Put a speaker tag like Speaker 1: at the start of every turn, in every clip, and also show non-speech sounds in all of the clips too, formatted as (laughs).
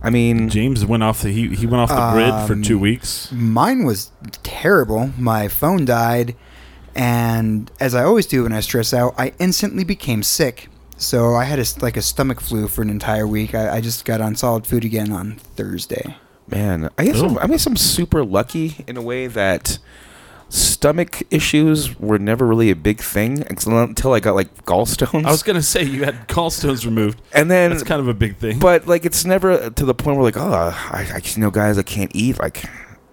Speaker 1: I mean,
Speaker 2: James went off the he, he went off the grid for two
Speaker 3: Um,
Speaker 2: weeks.
Speaker 3: Mine was terrible. My phone died, and as I always do when I stress out, I instantly became sick. So I had a, s- like a stomach flu for an entire week. I, I just got on solid food again on Thursday.
Speaker 1: man, I guess
Speaker 2: Oh.
Speaker 1: I'm, I guess I'm super lucky in a way that stomach issues were never really a big thing ex- until I got like gallstones,
Speaker 2: I was gonna say you had (laughs) gallstones removed.
Speaker 1: and then
Speaker 2: That's kind of a big thing.
Speaker 1: but like it's never to the point where like oh I, I you know guys I can't eat like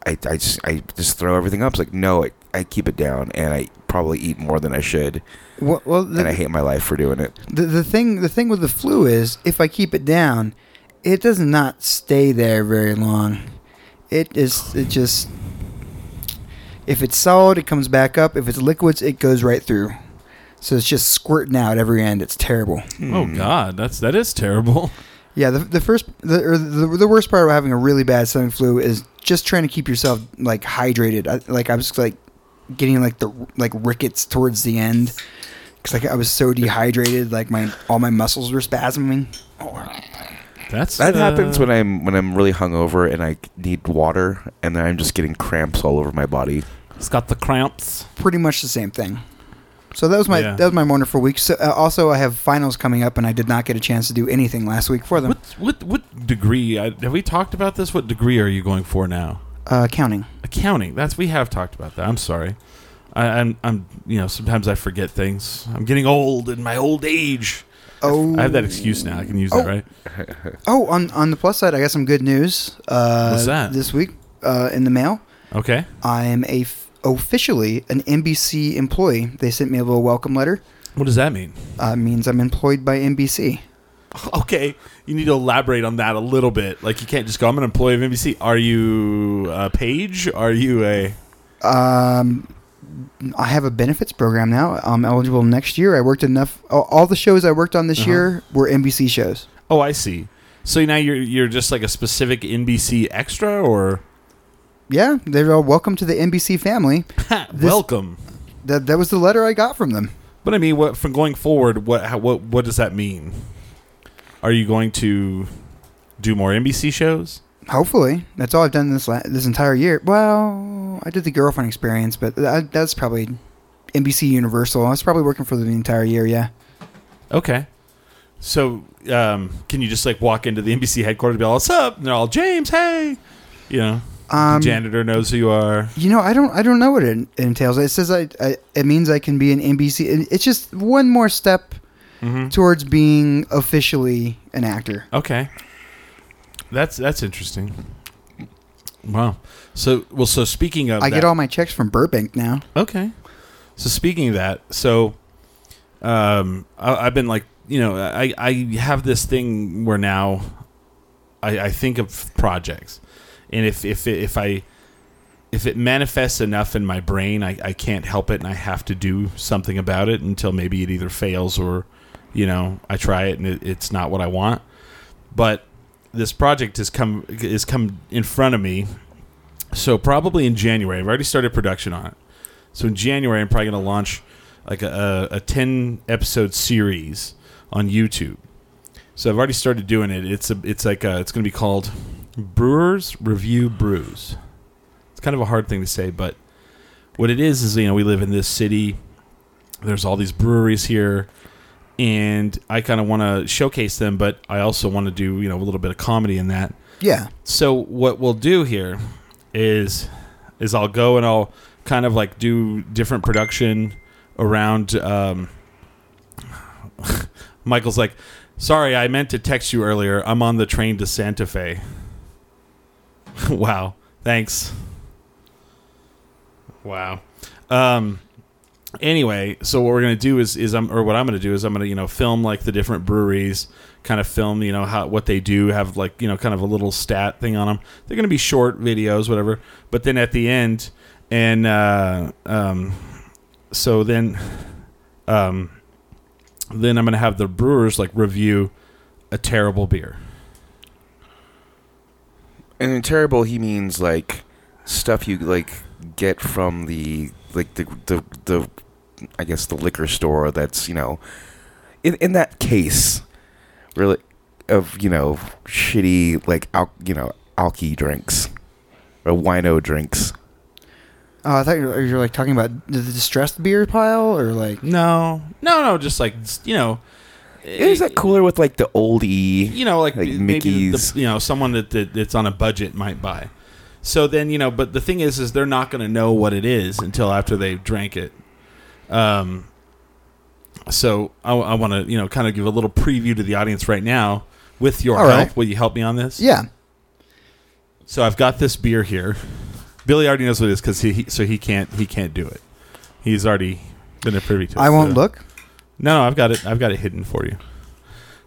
Speaker 1: I, I just I just throw everything up. It's like no I, I keep it down and I probably eat more than I should
Speaker 3: Well, well the,
Speaker 1: and I hate my life for doing it.
Speaker 3: the the thing the thing with the flu is if I keep it down, it does not stay there very long. It is it just if it's solid, it comes back up. If it's liquids, it goes right through. So it's just squirting out every end. It's terrible.
Speaker 2: oh
Speaker 1: Hmm.
Speaker 2: God, that's that is (laughs) terrible.
Speaker 3: Yeah, the, the first the, or the the worst part of having a really bad stomach flu is just trying to keep yourself like hydrated. I, like I was like getting like the like rickets towards the end because like I was so dehydrated, like my all my muscles were spasming.
Speaker 2: That's
Speaker 1: That
Speaker 2: uh,
Speaker 1: happens when I'm when I'm really hungover and I need water and then I'm just getting cramps all over my body.
Speaker 2: it's got the cramps.
Speaker 3: pretty much the same thing. So that was my
Speaker 2: Yeah.
Speaker 3: that was my wonderful week. So, uh, also, I have finals coming up, and I did not get a chance to do anything last week for them.
Speaker 2: What what what degree? I, have we talked about this? What degree are you going for now?
Speaker 3: Uh, counting.
Speaker 2: accounting. That's we have talked about that. I'm sorry. I, I'm I'm you know sometimes I forget things. I'm getting old in my old age.
Speaker 3: Oh,
Speaker 2: I have that excuse now. I can use that,
Speaker 3: Oh.
Speaker 2: right?
Speaker 3: oh. On on the plus side, I got some good news. Uh,
Speaker 2: What's that?
Speaker 3: This week, uh, in the mail,
Speaker 2: Okay.
Speaker 3: I am a f- officially an NBC employee. They sent me a little welcome letter.
Speaker 2: What does that mean?
Speaker 3: Uh, means I'm employed by NBC.
Speaker 2: (laughs) Okay, you need to elaborate on that a little bit. Like you can't just go. I'm an employee of NBC. Are you a page? Are you a?
Speaker 3: Um, I have a benefits program now. I'm eligible next year. I worked enough. All, all the shows I worked on this
Speaker 2: Uh-huh.
Speaker 3: year were NBC shows.
Speaker 2: Oh, I see. So now you're you're just like a specific NBC extra, or
Speaker 3: Yeah, they're all welcome to the NBC family.
Speaker 2: welcome.
Speaker 3: That that was the letter I got from them.
Speaker 2: But I mean, what from going forward? What how, what what does that mean? Are you going to do more NBC shows?
Speaker 3: Hopefully, that's all I've done this la- this entire year. Well, I did the girlfriend experience, but that, that's probably NBC Universal. I was probably working for them the entire year. Yeah,
Speaker 2: Okay. So, um, can you just like walk into the NBC headquarters and be all, "What's up?" And they're all, "James, hey," you know,
Speaker 3: um,
Speaker 2: the janitor knows who you are.
Speaker 3: you know, I don't I don't know what it entails. It says I, I it means I can be an NBC. it- It's just one more step
Speaker 2: Mm-hmm.
Speaker 3: towards being officially an actor.
Speaker 2: Okay. That's that's interesting. Wow. So well, so speaking of,
Speaker 3: I
Speaker 2: that,
Speaker 3: get all my checks from Burbank now.
Speaker 2: Okay. So speaking of that, so um, I, I've been like, you know, I, I have this thing where now I, I think of projects, and if if if I if it manifests enough in my brain, I, I can't help it and I have to do something about it until maybe it either fails or, you know, I try it and it, it's not what I want. But this project has come has come in front of me. So probably in January, I've already started production on it. So in January, I'm probably going to launch like a, a, a 10 episode series on YouTube. So I've already started doing it. It's a, it's like a, it's going to be called Brewers Review Brews. It's kind of a hard thing to say, but what it is is you know we live in this city. There's all these breweries here, and I kind of want to showcase them, but I also want to do you know a little bit of comedy in that.
Speaker 3: Yeah.
Speaker 2: So what we'll do here is is I'll go and I'll kind of like do different production around. Um, (laughs) Michael's like, sorry, I meant to text you earlier. I'm on the train to Santa Fe. (laughs) wow, thanks. Wow. Um. Anyway, so what we're gonna do is is I'm or what I'm gonna do is I'm gonna you know film like the different breweries, kind of film you know how what they do, have like you know kind of a little stat thing on them. They're gonna be short videos, whatever. But then at the end, and uh, um, so then, um, then I'm gonna have the brewers like review a terrible beer.
Speaker 1: And in terrible, he means like stuff you like get from the like the the, the I guess the liquor store. That's you know, in in that case, really of you know shitty like al- you know alky drinks or wino drinks.
Speaker 3: Oh, I thought you were, you were like talking about the the distressed beer pile, or like
Speaker 2: No, no, no, just like you know,
Speaker 1: Is that cooler with like the oldie?
Speaker 2: you know, like,
Speaker 1: Like
Speaker 2: maybe the,
Speaker 1: Mickey's.
Speaker 2: you know someone that, that that's on a budget might buy. So then you know, but the thing is, is they're not going to know what it is until after they've drank it. Um, so I, want to you know kind of give a little preview to the audience right now with your
Speaker 3: All
Speaker 2: help.
Speaker 3: right.
Speaker 2: Will you help me on this?
Speaker 3: yeah,
Speaker 2: So I've got this beer here. Billy already knows what it is because he, he so he can't he can't do it. He's already been a privy to. it.
Speaker 3: I won't
Speaker 2: So-
Speaker 3: look.
Speaker 2: no, no, I've got it. I've got it hidden for you.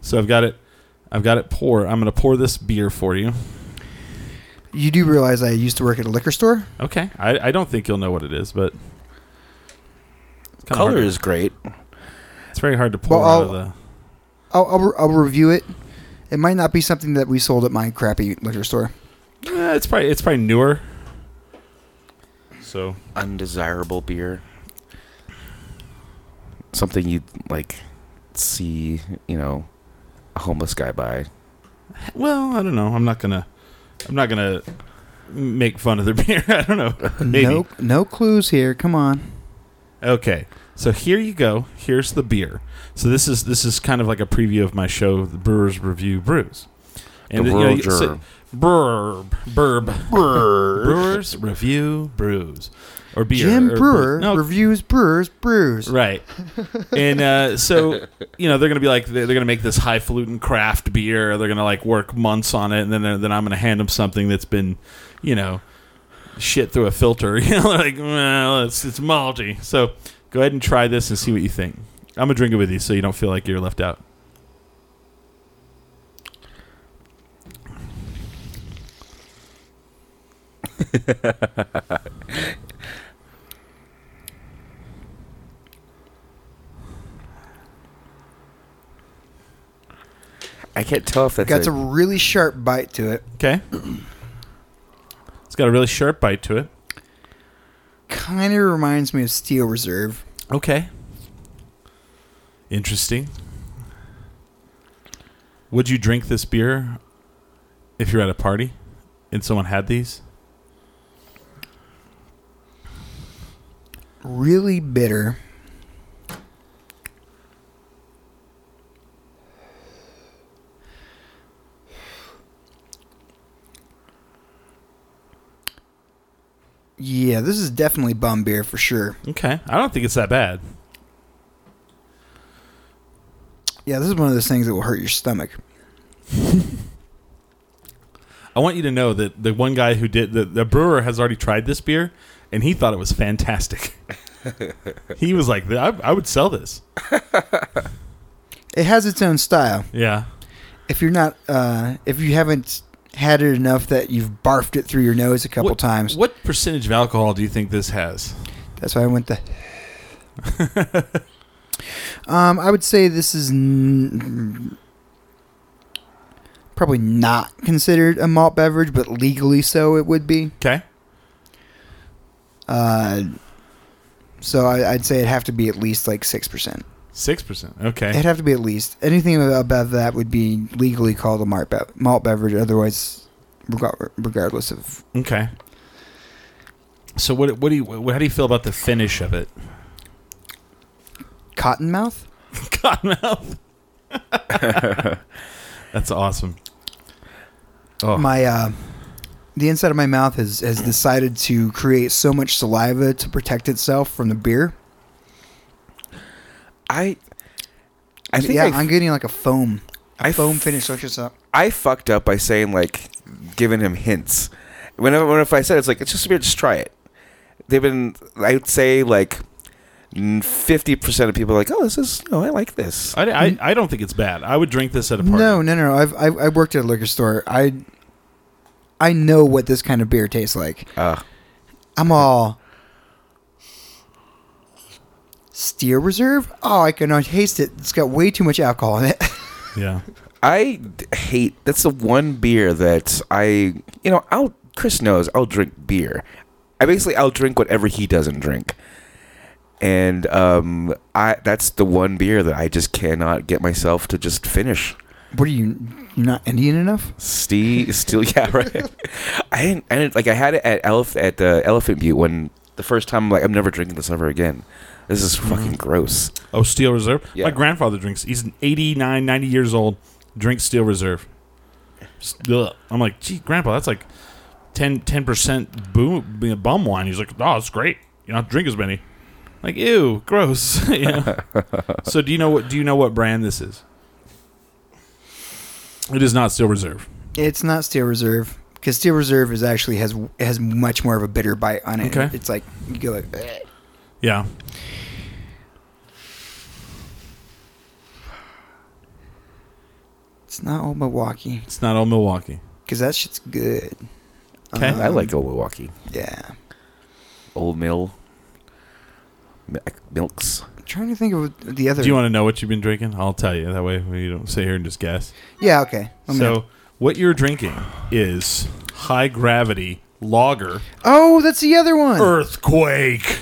Speaker 2: So I've got it. I've got it. Pour. I'm gonna pour this beer for you.
Speaker 3: You do realize I used to work at a liquor store.
Speaker 2: Okay. I, I don't think you'll know what it is, but it's kinda
Speaker 1: Color
Speaker 2: hard
Speaker 1: is great.
Speaker 2: to- It's very hard to pour
Speaker 3: Well,
Speaker 2: out of
Speaker 3: I'll-
Speaker 2: the.
Speaker 3: I'll, I'll, re- I'll review it. It might not be something that we sold at my crappy liquor store.
Speaker 2: Eh, it's probably it's probably newer. So
Speaker 1: Undesirable beer. Something you'd like see, you know, a homeless guy buy.
Speaker 2: well, I don't know. I'm not gonna. I'm not gonna make fun of the (laughs) beer. I don't know. Maybe.
Speaker 3: No, no clues here. Come on.
Speaker 2: Okay. So here you go. Here's the beer. So this is this is kind of like a preview of my show, the Brewers Review Brews.
Speaker 1: The
Speaker 2: you know, you-
Speaker 1: Brewer.
Speaker 2: so- burb, burb, Brewers Review Brews, or beer.
Speaker 3: Jim
Speaker 2: or
Speaker 3: Brewer
Speaker 2: brew- no,
Speaker 3: reviews brewers brews.
Speaker 2: Right. and uh, so, you know, they're going to be like, they're, they're going to make this highfalutin craft beer. They're going to like work months on it. And then, then I'm going to hand them something that's been, you know, shit through a filter. (laughs) You know, like, well, it's, it's malty. So go ahead and try this and see what you think. I'm going to drink it with you so you don't feel like you're left out.
Speaker 1: I can't tell if that's
Speaker 3: Got
Speaker 1: a,
Speaker 3: a really sharp bite to it.
Speaker 2: Okay. (clears throat) It's got a really sharp bite to it.
Speaker 3: Kind of reminds me of Steel Reserve.
Speaker 2: Okay. Interesting. Would you drink this beer if you're at a party and someone had these?
Speaker 3: Really bitter. Yeah, this is definitely bum beer for sure.
Speaker 2: Okay. I don't think it's that bad.
Speaker 3: Yeah, this is one of those things that will hurt your stomach.
Speaker 2: I want you to know that the one guy who did the, the brewer has already tried this beer and he thought it was fantastic. he was like, I, I would sell this.
Speaker 3: It has its own style.
Speaker 2: Yeah.
Speaker 3: If you're not, uh, if you haven't had it enough that you've barfed it through your nose a couple
Speaker 2: what,
Speaker 3: times.
Speaker 2: What percentage of alcohol do you think this has?
Speaker 3: That's why I went the. um, I would say this is n- probably not considered a malt beverage, but legally so it would be.
Speaker 2: Okay.
Speaker 3: Uh, so I, I'd say it'd have to be at least like six percent.
Speaker 2: 6%. Okay.
Speaker 3: It'd have to be at least anything above that would be legally called a malt, be- malt beverage. Otherwise, rega- regardless of
Speaker 2: Okay. So what what do you what, how do you feel about the finish of it?
Speaker 3: cottonmouth.
Speaker 2: (laughs) Cottonmouth. That's awesome. Oh,
Speaker 3: my uh, the inside of my mouth has has decided to create so much saliva to protect itself from the beer.
Speaker 1: I, I think
Speaker 3: yeah,
Speaker 1: I,
Speaker 3: I, am getting like a foam, a
Speaker 1: I
Speaker 3: foam
Speaker 1: f-
Speaker 3: finish. So it's just up.
Speaker 1: I fucked up by saying like giving him hints. Whenever, whenever if I said it, it's like it's just weird, just try it. They've been I would say like fifty percent of people are like, oh, this is no, I like this.
Speaker 2: I, I, I don't think it's bad. I would drink this at a party.
Speaker 3: No, no, no. I've, I've I worked at a liquor store. I I know what this kind of beer tastes like.
Speaker 1: Uh,
Speaker 3: I'm all Steer Reserve. Oh, I can taste it. It's got way too much alcohol in it. (laughs)
Speaker 2: Yeah.
Speaker 1: I d- hate that's the one beer that I you know I'll Chris knows I'll drink beer. I basically I'll drink whatever he doesn't drink, and um I that's the one beer that I just cannot get myself to just finish.
Speaker 3: what are you? You're not Indian enough.
Speaker 1: Steve, still, (laughs) yeah, right. I didn't, I didn't like. I had it at Elef- at uh, Elephant Butte when the first time. Like, I'm never drinking this ever again. This is
Speaker 3: Mm-hmm.
Speaker 1: fucking gross.
Speaker 2: Oh, Steel Reserve.
Speaker 1: Yeah.
Speaker 2: My grandfather drinks. He's 89, 90 years old. Drinks Steel Reserve. Just, ugh. I'm like, gee, grandpa, that's like 10 percent boom you know, bum wine. He's like, oh, it's great. You don't have to drink as many. Like, ew, gross. (laughs) You know? so do you know what? Do you know what brand this is? It is not Steel Reserve.
Speaker 3: It's not Steel Reserve because Steel Reserve is actually has has much more of a bitter bite on it.
Speaker 2: Okay.
Speaker 3: It's like you go like, "Eh."
Speaker 2: Yeah.
Speaker 3: it's not old Milwaukee
Speaker 2: It's not old Milwaukee.
Speaker 3: because that shit's good. Um,
Speaker 2: Okay.
Speaker 1: I like Old Milwaukee,
Speaker 3: Yeah.
Speaker 1: Old Mill, Mi- Milks.
Speaker 3: I'm trying to think of the other.
Speaker 2: Do you want to know what you've been drinking? I'll tell you. That way we don't sit here and just guess.
Speaker 3: Yeah. Okay. Let me-
Speaker 2: So what you're drinking is high gravity lager
Speaker 3: oh, that's the other one.
Speaker 2: Er. earthquake.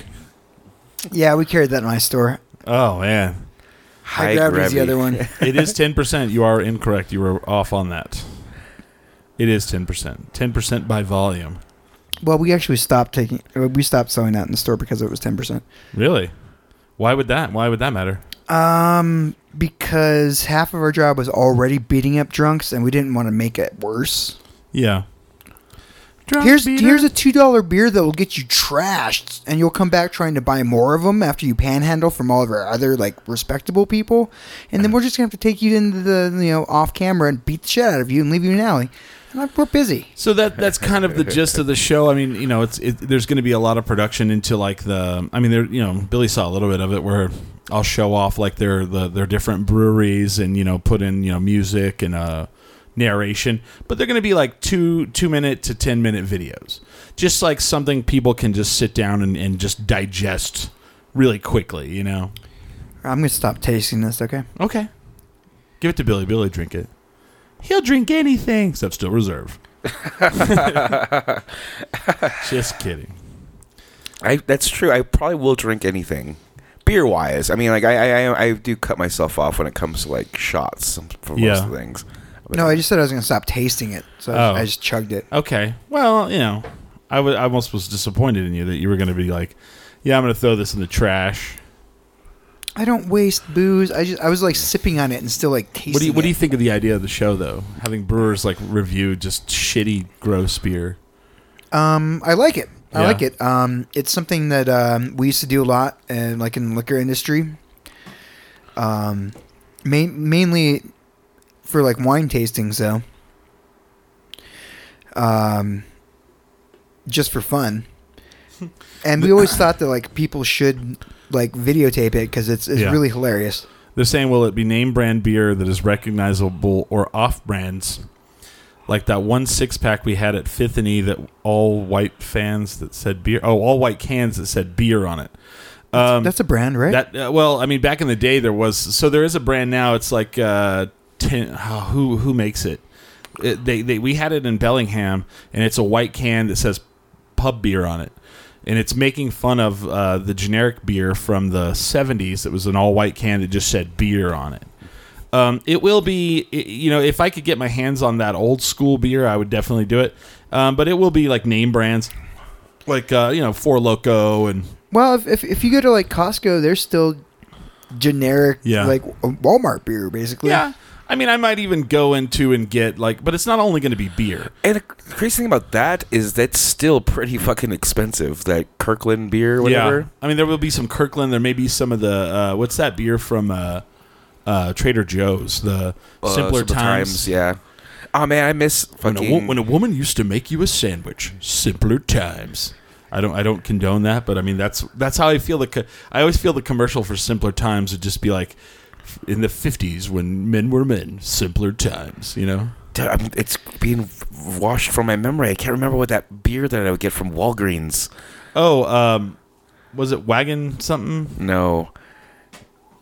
Speaker 3: yeah, we carried that in my store.
Speaker 2: Oh man,
Speaker 3: High gravity is the other one.
Speaker 2: it is ten percent. You are incorrect. You were off on that. It is ten percent. Ten percent by volume.
Speaker 3: Well, we actually stopped taking. uh, We stopped selling that in the store because it was ten percent.
Speaker 2: Really? Why would that? Why would that matter?
Speaker 3: Um, because half of our job was already beating up drunks, and we didn't want to make it worse.
Speaker 2: Yeah. Drunk
Speaker 3: Here's
Speaker 2: beater.
Speaker 3: here's a two dollar beer that will get you trashed, and you'll come back trying to buy more of them after you panhandle from all of our other like respectable people, and then we're just gonna have to take you into the you know off camera and beat the shit out of you and leave you in an alley. And I'm, we're busy.
Speaker 2: So that that's kind of the gist of the show. I mean, you know, it's it, there's going to be a lot of production into like the. I mean, there you know, Billy saw a little bit of it where I'll show off like their the their different breweries and you know put in you know music and uh narration, but they're going to be like two two minute to ten minute videos, just like something people can just sit down and, and just digest really quickly. You know,
Speaker 3: I'm gonna stop tasting this. Okay.
Speaker 2: okay, give it to Billy. Billy drink it. He'll drink anything except still reserve. just kidding.
Speaker 1: I that's true. I probably will drink anything, beer wise. I mean, like I, I I- I do cut myself off when it comes to like shots for
Speaker 2: Yeah.
Speaker 1: most of things. But
Speaker 3: No, I just said I was gonna stop tasting it, so I,
Speaker 2: Oh.
Speaker 3: I just chugged it.
Speaker 2: Okay. Well, you know, I wa- I almost was disappointed in you that you were going to be like, yeah, I'm going to throw this in the trash.
Speaker 3: I don't waste booze. I just I was like sipping on it and still like tasting.
Speaker 2: What do you What do you
Speaker 3: it.
Speaker 2: think of the idea of the show though? Having brewers like review just shitty, gross beer.
Speaker 3: Um, I like it. I
Speaker 2: Yeah.
Speaker 3: like it. Um, it's something that um, we used to do a lot, and like in the liquor industry, um, main, mainly for like wine tastings, though. Um, just
Speaker 2: (laughs)
Speaker 3: for fun, and we always thought that like people should like videotape it because it's it's
Speaker 2: Yeah.
Speaker 3: really hilarious.
Speaker 2: They're saying, will it be name brand beer that is recognizable or off brands like that one six pack we had at Fifth and E that all white fans that said beer. Oh, all white cans that said beer on it.
Speaker 3: That's a brand, right?
Speaker 2: Um, That uh, well, I mean, back in the day there was so there is a brand now. It's like uh, tin, oh, who who makes it? It- They they we had it in Bellingham, and it's a white can that says pub beer on it, and it's making fun of uh, the generic beer from the '70s that was an all white can that just said beer on it. Um, it will be, i- you know, if I could get my hands on that old school beer, I would definitely do it. Um, but it will be like name brands, like uh, you know, Four Loco and
Speaker 3: well, if, if if you go to like Costco, there's still generic,
Speaker 2: Yeah.
Speaker 3: like Walmart beer, basically.
Speaker 2: Yeah. I mean, I might even go into and get like, but it's not only going to be beer.
Speaker 1: And the crazy thing about that is that's still pretty fucking expensive. That Kirkland beer, whatever.
Speaker 2: I mean, there will be some Kirkland. There may be some of the uh, what's that beer from uh, uh, Trader Joe's? The
Speaker 1: Uh,
Speaker 2: simpler times.
Speaker 1: Yeah. Oh man, I miss
Speaker 2: When a,
Speaker 1: fucking.
Speaker 2: wo- when a woman used to make you a sandwich, simpler times. I don't. I don't condone that, but I mean that's that's how I feel. The co- I always feel the commercial for simpler times would just be like in the fifties when men were men, simpler times. You know.
Speaker 1: Dude, I'm- um, it's being washed from my memory. I can't remember what that beer that I would get from Walgreens.
Speaker 2: Oh, um, was it wagon something?
Speaker 1: No,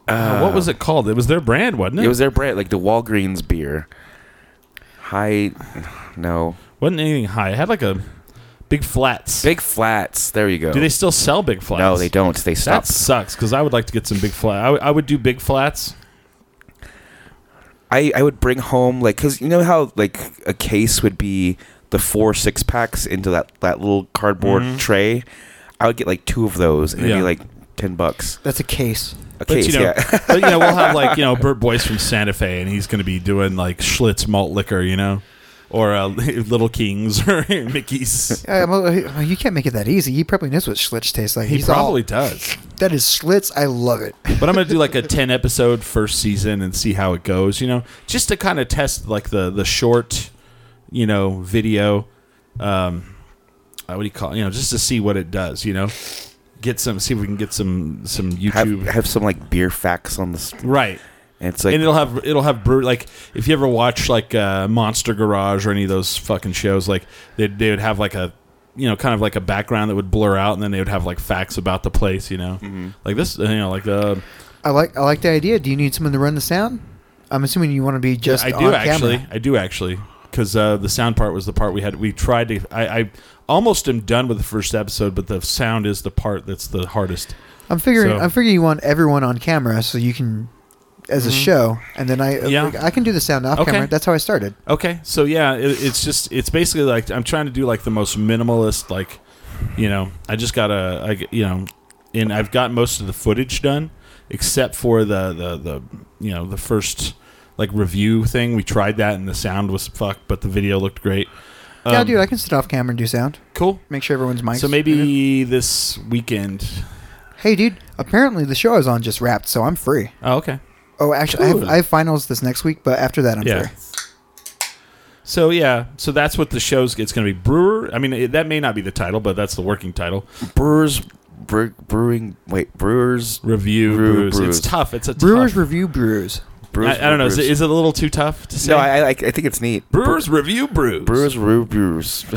Speaker 2: Uh, what was it called? It was their brand, wasn't it?
Speaker 1: it was their brand, like the Walgreens beer. High, (sighs) no,
Speaker 2: wasn't anything high. It had like a big flats.
Speaker 1: big flats. There you go.
Speaker 2: Do they still sell big flats?
Speaker 1: No, they don't. They
Speaker 2: That
Speaker 1: stopped.
Speaker 2: sucks because I would like to get some big flats. I would- I would do big flats.
Speaker 1: I, I would bring home like because you know how like a case would be the four six packs into that that little cardboard tray. I would get like two of those and it'd
Speaker 2: Mm-hmm. Yeah.
Speaker 1: be like ten bucks
Speaker 3: That's a case.
Speaker 1: a
Speaker 2: But
Speaker 1: case.
Speaker 2: you know,
Speaker 1: yeah, (laughs)
Speaker 2: (laughs) but you know, we'll have like you know Bert Boyce from Santa Fe, and he's going to be doing like Schlitz malt liquor, you know, or uh, (laughs) Little Kings or (laughs) Mickey's.
Speaker 3: Yeah, well, he- well, you can't make it that easy. He probably knows what Schlitz tastes like.
Speaker 2: He
Speaker 3: He's
Speaker 2: probably
Speaker 3: all,
Speaker 2: does.
Speaker 3: that is Schlitz. I love it.
Speaker 2: but I'm gonna do like a ten episode first season and see how it goes. You know, just to kind of test like the the short, you know, video. Um, uh, what do you call? It? You know, just to see what it does. You know, get some. See if we can get some some
Speaker 1: have,
Speaker 2: YouTube.
Speaker 1: have some like beer facts on this.
Speaker 2: right.
Speaker 1: And it's like
Speaker 2: and it'll have it'll have brew like if you ever watch like uh, Monster Garage or any of those fucking shows, like they they would have like a you know kind of like a background that would blur out, and then they would have like facts about the place, you know,
Speaker 1: Mm-hmm.
Speaker 2: like this, you know, like uh,
Speaker 3: I like I like the idea. Do you need someone to run the sound? I'm assuming you want to be just.
Speaker 2: I do
Speaker 3: on
Speaker 2: actually.
Speaker 3: Camera.
Speaker 2: I do actually because uh, the sound part was the part we had. We tried to. I, I almost am done with the first episode, but the sound is the part that's the hardest.
Speaker 3: I'm figuring.
Speaker 2: So-
Speaker 3: I'm figuring you want everyone on camera so you can, as a show, and then I
Speaker 2: Mm-hmm.
Speaker 3: uh,
Speaker 2: Yeah.
Speaker 3: I can do the sound off
Speaker 2: Okay.
Speaker 3: camera. That's how I started.
Speaker 2: Okay, so yeah, it, it's just it's basically like I'm trying to do like the most minimalist like, you know, I just gotta I g- you know, and I've got most of the footage done except for the the the you know the first like review thing. We tried that and the sound was fucked, but the video looked great.
Speaker 3: yeah,
Speaker 2: Um,
Speaker 3: dude, I can sit off camera and do sound.
Speaker 2: Cool.
Speaker 3: Make sure everyone's mic.
Speaker 2: So maybe this weekend.
Speaker 3: Hey, dude. Apparently, the show I was on just wrapped, so I'm free.
Speaker 2: Oh, okay.
Speaker 3: Oh, actually, I, have,
Speaker 2: Cool.
Speaker 3: I have finals this next week, but after that, I'm
Speaker 2: Yeah.
Speaker 3: free.
Speaker 2: So yeah, so that's what the show's. It's going to be brewer. I mean, it, that may not be the title, but that's the working title.
Speaker 1: brewers bre- brewing. Wait, brewers.
Speaker 2: Review
Speaker 1: Brew-
Speaker 2: brews.
Speaker 1: brews.
Speaker 2: It's tough. It's a
Speaker 3: Brewers
Speaker 2: Tough,
Speaker 3: review brews.
Speaker 1: brewers
Speaker 2: I, I don't know. Is it,
Speaker 1: brews.
Speaker 2: is it a little too tough to say?
Speaker 1: no, I, I like. I think it's neat.
Speaker 2: brewers review brews.
Speaker 1: Brewers, brew, brewers. (laughs)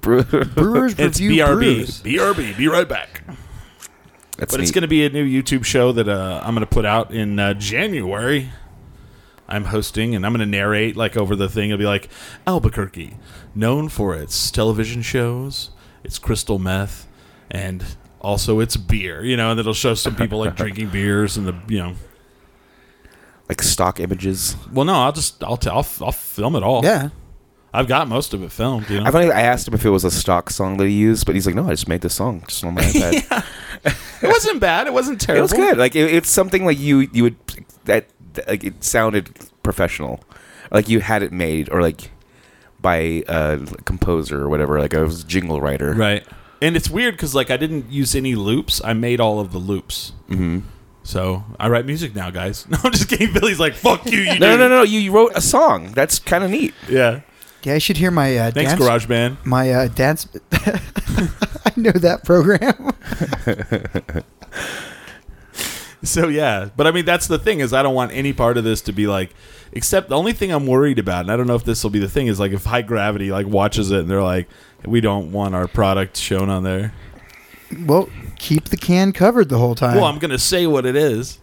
Speaker 1: Brew-
Speaker 3: Brewers
Speaker 2: It's
Speaker 3: review
Speaker 2: BRB.
Speaker 3: brews.
Speaker 2: BRB. Be right back.
Speaker 1: That's
Speaker 2: but it's
Speaker 1: neat.
Speaker 2: going to be a new YouTube show that uh, I'm going to put out in uh, January. I'm hosting and I'm going to narrate like over the thing. It'll be like Albuquerque, known for its television shows, its crystal meth, and also its beer. You know, and it'll show some people like drinking beers and the you know.
Speaker 1: like stock images.
Speaker 2: Well, no, I'll just I'll t- I'll, f- I'll film it all.
Speaker 3: Yeah.
Speaker 2: I've got most of it filmed. You know,
Speaker 1: I thought I asked him if it was a stock song that he used, but he's like, "No, I just made this song
Speaker 2: (laughs)
Speaker 1: just on my iPad."
Speaker 2: it wasn't bad. It wasn't
Speaker 1: It
Speaker 2: terrible.
Speaker 1: was good. Like it, it's something like you you would that that- like it sounded professional, like you had it made or like by a composer or whatever, like a jingle writer.
Speaker 2: Right. And it's weird because like I didn't use any loops. I made all of the loops. Mm-hmm. So I write music now, guys. (laughs) No, I'm just kidding. Billy's like, "Fuck you, you."
Speaker 1: (laughs) No, no,
Speaker 2: didn't."
Speaker 1: no, no. You, you wrote a song. That's kind of neat.
Speaker 2: Yeah.
Speaker 3: Yeah, I should hear my uh,
Speaker 2: Thanks,
Speaker 3: dance.
Speaker 2: Garage GarageBand.
Speaker 3: My uh, dance. (laughs) I know that program.
Speaker 2: (laughs) so yeah, but I mean that's the thing is I don't want any part of this to be like. Except the only thing I'm worried about, and I don't know if this will be the thing, is like if High Gravity like watches it and they're like, we don't want our product shown on there.
Speaker 3: Well, keep the can covered the whole time.
Speaker 2: Well, I'm gonna say what it is.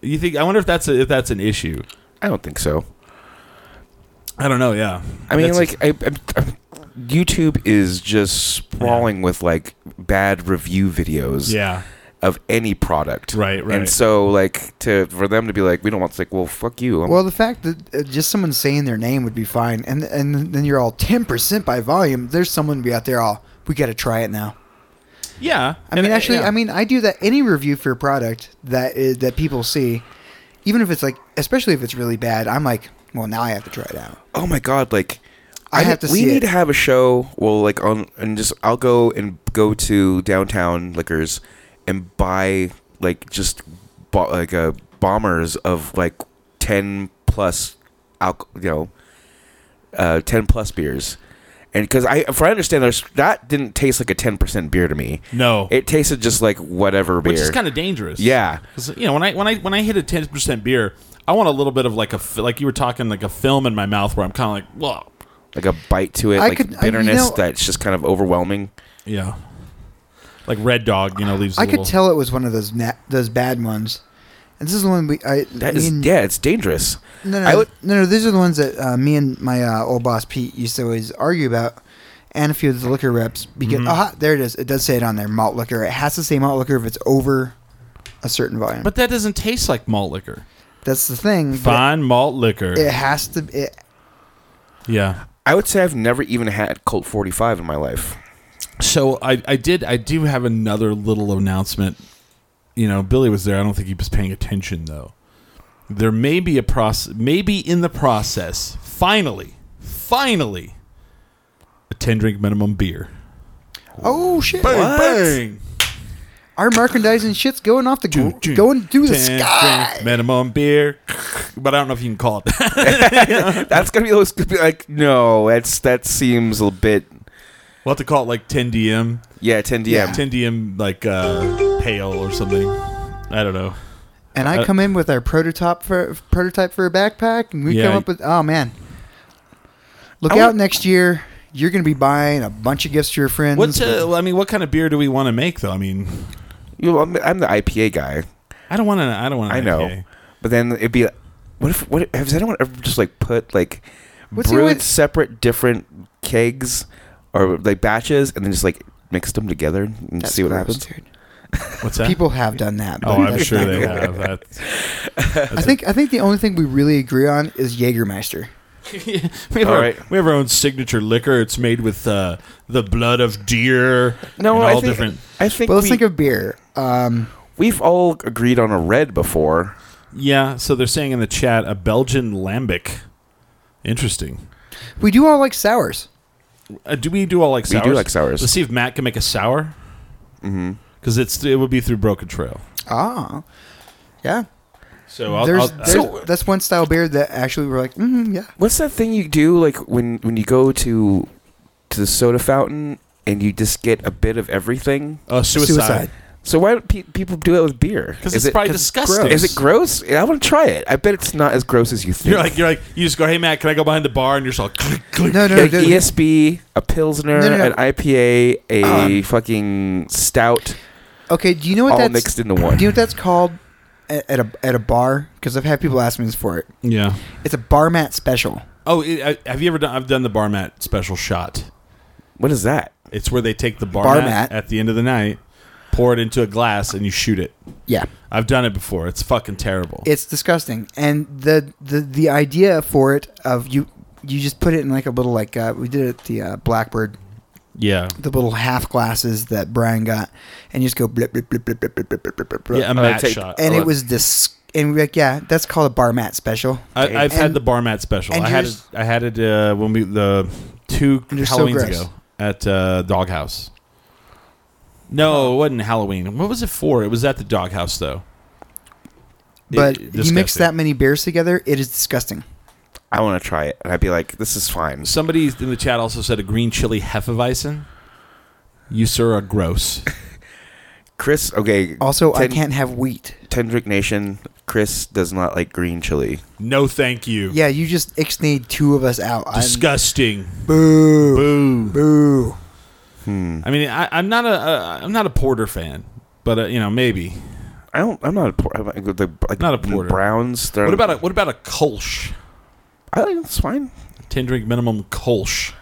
Speaker 2: You think? I wonder if that's a, if that's an issue.
Speaker 1: I don't think so.
Speaker 2: I don't know. Yeah.
Speaker 1: I mean,
Speaker 2: That's-
Speaker 1: like, I, I'm, I'm- YouTube is just sprawling with like bad review videos
Speaker 2: yeah.
Speaker 1: of any product.
Speaker 2: Right, right.
Speaker 1: And so, like, to for them to be like, we don't want, it's like, well, fuck you. I'm-
Speaker 3: Well, the fact that uh, just someone saying their name would be fine, and and then you're all ten percent by volume. There's someone be out there all. We got to try it now.
Speaker 2: Yeah.
Speaker 3: I mean, actually, I mean, I do that. Any review for a product that is, that people see, even if it's like, especially if it's really bad, I'm like, well, now I have to try it out.
Speaker 1: oh my god, like,
Speaker 3: I have to
Speaker 1: We
Speaker 3: see
Speaker 1: need
Speaker 3: it.
Speaker 1: to have a show. Well, like on and just I'll go and go to downtown liquors and buy like just bo- like uh, bombers of like ten plus, alcohol, you know, uh, ten plus beers. And because I, if I understand, there's, that didn't taste like a ten percent beer to me.
Speaker 2: no.
Speaker 1: It tasted just like whatever beer.
Speaker 2: which is kind of dangerous.
Speaker 1: yeah.
Speaker 2: 'Cause, you know, when I when I when I hit a ten percent beer, I want a little bit of like a f- like you were talking like a film in my mouth where I'm kind of like, well,
Speaker 1: like a bite to it,
Speaker 3: I
Speaker 1: like
Speaker 3: could- I- you
Speaker 1: bitterness
Speaker 3: know-
Speaker 1: that's just kind of overwhelming.
Speaker 2: yeah, like Red Dog, you know, leaves. a
Speaker 3: I could
Speaker 2: little-
Speaker 3: tell it was one of those na- those bad ones. And this is the one we. I,
Speaker 1: That
Speaker 3: me
Speaker 1: is,
Speaker 3: and-
Speaker 1: yeah, it's dangerous.
Speaker 3: No,
Speaker 1: I
Speaker 3: no,
Speaker 1: would-
Speaker 3: no, no. These are the ones that uh, me and my uh, old boss Pete used to always argue about, and a few of the liquor reps. Because aha, there it is. It does say it on there. Malt liquor. It has to say malt liquor if it's over a certain volume. But
Speaker 2: But that doesn't taste like malt liquor.
Speaker 3: that's the thing. but
Speaker 2: Fine malt liquor.
Speaker 3: It has to. It,
Speaker 2: yeah.
Speaker 1: I would say I've never even had Colt 45 in my life.
Speaker 2: So I, I did I do have another little announcement. You know, Billy was there. I don't think he was paying attention though. There may be a process, maybe in the process. Finally, finally, a ten drink minimum beer.
Speaker 3: oh shit!
Speaker 2: Bang!
Speaker 3: Our merchandising shit's going off the go,
Speaker 2: Dun,
Speaker 3: going through the
Speaker 2: Ten
Speaker 3: sky.
Speaker 2: drink minimum beer, but I don't know if you can call it. that.
Speaker 1: That's gonna be, always gonna be like, no, that's that seems a bit.
Speaker 2: we'll have to call it like ten DM,
Speaker 1: Yeah, 10 DM.
Speaker 3: Yeah.
Speaker 2: ten DM like uh, pale or something. I don't know.
Speaker 3: And I
Speaker 2: Uh,
Speaker 3: come in with our prototype for prototype for a backpack, and we
Speaker 2: Yeah.
Speaker 3: come up with oh man, look
Speaker 1: I
Speaker 3: out
Speaker 1: want-
Speaker 3: next year. You're going to be buying a bunch of gifts to your friends.
Speaker 2: What uh, I mean, what kind of beer do we want to make though? I mean,
Speaker 1: You know, I'm, I'm the IPA guy.
Speaker 2: I don't want to. I don't want.
Speaker 1: I know,
Speaker 2: IPA.
Speaker 1: but then it'd be. What if? What if, has anyone ever just like put like
Speaker 3: What's the
Speaker 1: brewed
Speaker 3: way-
Speaker 1: separate different kegs or like batches and then just like mixed them together and
Speaker 3: That's
Speaker 1: see what
Speaker 3: gross,
Speaker 1: happens?
Speaker 3: dude.
Speaker 2: What's that?
Speaker 3: People have done that. but
Speaker 2: oh, I'm
Speaker 3: that's
Speaker 2: sure
Speaker 3: not
Speaker 2: they
Speaker 3: (laughs) cool.
Speaker 2: have. That's,
Speaker 3: I think I think the only thing we really agree on is Jägermeister.
Speaker 2: (laughs) we, have
Speaker 1: All
Speaker 2: our,
Speaker 1: right.
Speaker 2: we have our own signature liquor. It's made with uh, the blood of deer.
Speaker 1: No,
Speaker 2: and
Speaker 1: I
Speaker 2: all
Speaker 1: think,
Speaker 2: different.
Speaker 1: I think
Speaker 3: But let's
Speaker 1: we-
Speaker 3: think of beer. Um,
Speaker 1: We've all agreed on a red before.
Speaker 2: Yeah. So they're saying in the chat a Belgian lambic. Interesting.
Speaker 3: we do all like sours.
Speaker 2: Uh, do we do all like
Speaker 1: We do
Speaker 2: sours?
Speaker 1: like sours. Mm-hmm.
Speaker 2: Let's see if Matt can make a sour. Because it's it would be through Broken Trail.
Speaker 3: Ah, yeah.
Speaker 2: So I'll,
Speaker 3: there's,
Speaker 2: I'll-
Speaker 3: there's
Speaker 1: So-
Speaker 3: that's one style beer that actually we're like, mm, yeah.
Speaker 1: What's that thing you do like when when you go to to the soda fountain and you just get a bit of everything?
Speaker 2: uh, suicide.
Speaker 3: Suicide.
Speaker 1: So why don't pe- people do that with beer?
Speaker 2: 'Cause
Speaker 1: Is
Speaker 2: it's probably
Speaker 1: 'cause
Speaker 2: disgusting.
Speaker 1: gross. Is it gross? Yeah, I want to try it. I bet it's not as gross as you think.
Speaker 2: You're like you're like you just go, hey Matt, can I go behind the bar? And you're just all (laughs) click click.
Speaker 3: No, no,
Speaker 1: An
Speaker 3: no.
Speaker 1: ESB, E a pilsner,
Speaker 3: No, no, no.
Speaker 1: an IPA, a
Speaker 3: Um,
Speaker 1: fucking stout,
Speaker 3: Okay, do you know what
Speaker 1: all
Speaker 3: that's
Speaker 1: mixed into
Speaker 3: Do
Speaker 1: one.
Speaker 3: you know what that's called at, at a at a bar? Because I've had people ask me this for it.
Speaker 2: Yeah.
Speaker 3: It's a bar mat special.
Speaker 2: Oh, it, I, have you ever done? I've done the bar mat special shot.
Speaker 1: what is that?
Speaker 2: It's where they take the bar,
Speaker 3: Bar
Speaker 2: mat,
Speaker 3: mat.
Speaker 2: at the end of the night, pour it into a glass, and you shoot it.
Speaker 3: Yeah,
Speaker 2: I've done it before. It's fucking terrible.
Speaker 3: it's disgusting. And the the the idea for it of you you just put it in like a little like uh, we did it at the uh, Blackbird
Speaker 2: yeah.
Speaker 3: the little half glasses that Brian got, and you just go blip blip blip blip blip blip blip blip blip. blip.
Speaker 2: Yeah, a
Speaker 1: Uh,
Speaker 2: mat
Speaker 1: take-
Speaker 2: shot.
Speaker 3: and
Speaker 1: Oh,
Speaker 3: it was this. And we're like, yeah, that's called a bar mat special.
Speaker 2: Oh, I, I've had
Speaker 3: And-
Speaker 2: the bar mat special.
Speaker 3: and
Speaker 2: I had it,
Speaker 3: yours-
Speaker 2: I had it uh, when we the two
Speaker 3: And they're so
Speaker 2: Halloweens
Speaker 3: gross.
Speaker 2: ago at uh, Doghouse.
Speaker 3: Oh.
Speaker 2: No, it wasn't Halloween. What was it for? It was at the Doghouse though. It-
Speaker 3: But you
Speaker 2: disgusting.
Speaker 3: mix that many beers together, it is disgusting.
Speaker 1: I want to try it, and I'd be like, "This is fine."
Speaker 2: Somebody in the chat also said a green chili hefeweizen. You sir are gross.
Speaker 1: Chris, okay.
Speaker 3: Also, I
Speaker 1: Ten-
Speaker 3: can't have wheat.
Speaker 1: Tendrick Nation, Chris does not like green chili.
Speaker 2: No, thank you.
Speaker 3: Yeah, you just ixnayed two of us out. I'm-
Speaker 2: Disgusting.
Speaker 3: boo, boo,
Speaker 2: Boo. I mean, I, I'm not a uh, I'm not a porter fan, but uh, you know maybe.
Speaker 1: I don't. I'm not a porter. The, like,
Speaker 2: Not a porter.
Speaker 1: Browns.
Speaker 2: What about a what about a Kolsch?
Speaker 1: I think it's fine.
Speaker 2: Ten drink minimum Kolsch.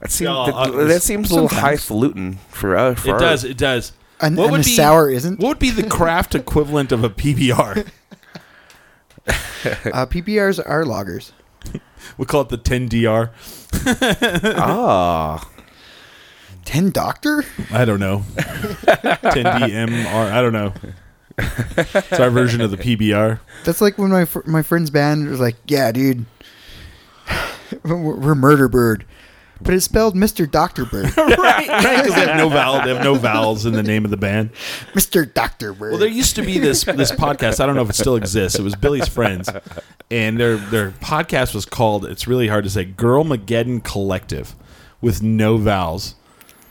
Speaker 1: That seems
Speaker 2: Yeah,
Speaker 1: that,
Speaker 2: uh,
Speaker 1: that seems a little
Speaker 3: sometimes.
Speaker 1: highfalutin for us.
Speaker 2: It does. It does.
Speaker 3: And- and the sour isn't?
Speaker 2: What would be the craft equivalent of a
Speaker 3: (laughs)
Speaker 2: PBR?
Speaker 3: Uh, PBRs are loggers.
Speaker 2: We call it the 10DR.
Speaker 1: (laughs) Ah,
Speaker 3: Ten doctor?
Speaker 2: I don't
Speaker 3: (laughs)
Speaker 2: know. 10DMR. I don't know. It's our version of the PBR.
Speaker 3: That's like when my fr- my friend's band was like, "Yeah, dude, (sighs) we're, we're Murder Bird," but it's spelled Mister
Speaker 2: (laughs)
Speaker 3: Doctor Bird, (laughs)
Speaker 2: right, right. Because they have no vowel. They have no vowels in the name of the band.
Speaker 3: Mister Doctor Bird.
Speaker 2: Well, there used to be this this podcast. I don't know if it still exists. It was Billy's friends, and their their podcast was called. It's really hard to say. Girl Mageddon Collective, with no vowels.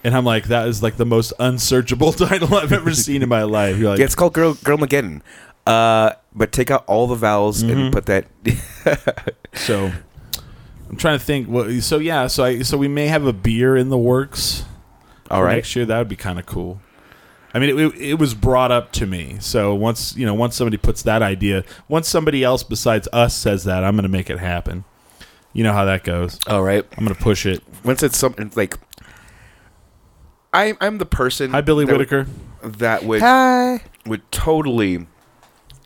Speaker 2: And I'm like, that is like the most unsearchable (laughs) title I've ever seen in my life. You're like,
Speaker 1: yeah, it's called Girl Girl Mageddon. Uh, but take out all the vowels
Speaker 2: Mm-hmm.
Speaker 1: and put that. (laughs)
Speaker 2: So I'm trying to think. Well, so yeah, so I so we may have a beer in the works.
Speaker 1: all
Speaker 2: for
Speaker 1: right.
Speaker 2: next year that would be kind of cool. I mean, it, it, it was brought up to me. So once you know, once somebody puts that idea, once somebody else besides us says that, I'm going to make it happen. You know how that goes.
Speaker 1: All right.
Speaker 2: I'm going to push it.
Speaker 1: Once it's something like. I, I'm the person.
Speaker 2: Hi, Billy
Speaker 1: that would-
Speaker 2: Whitaker.
Speaker 1: that would
Speaker 3: Hi.
Speaker 1: would totally.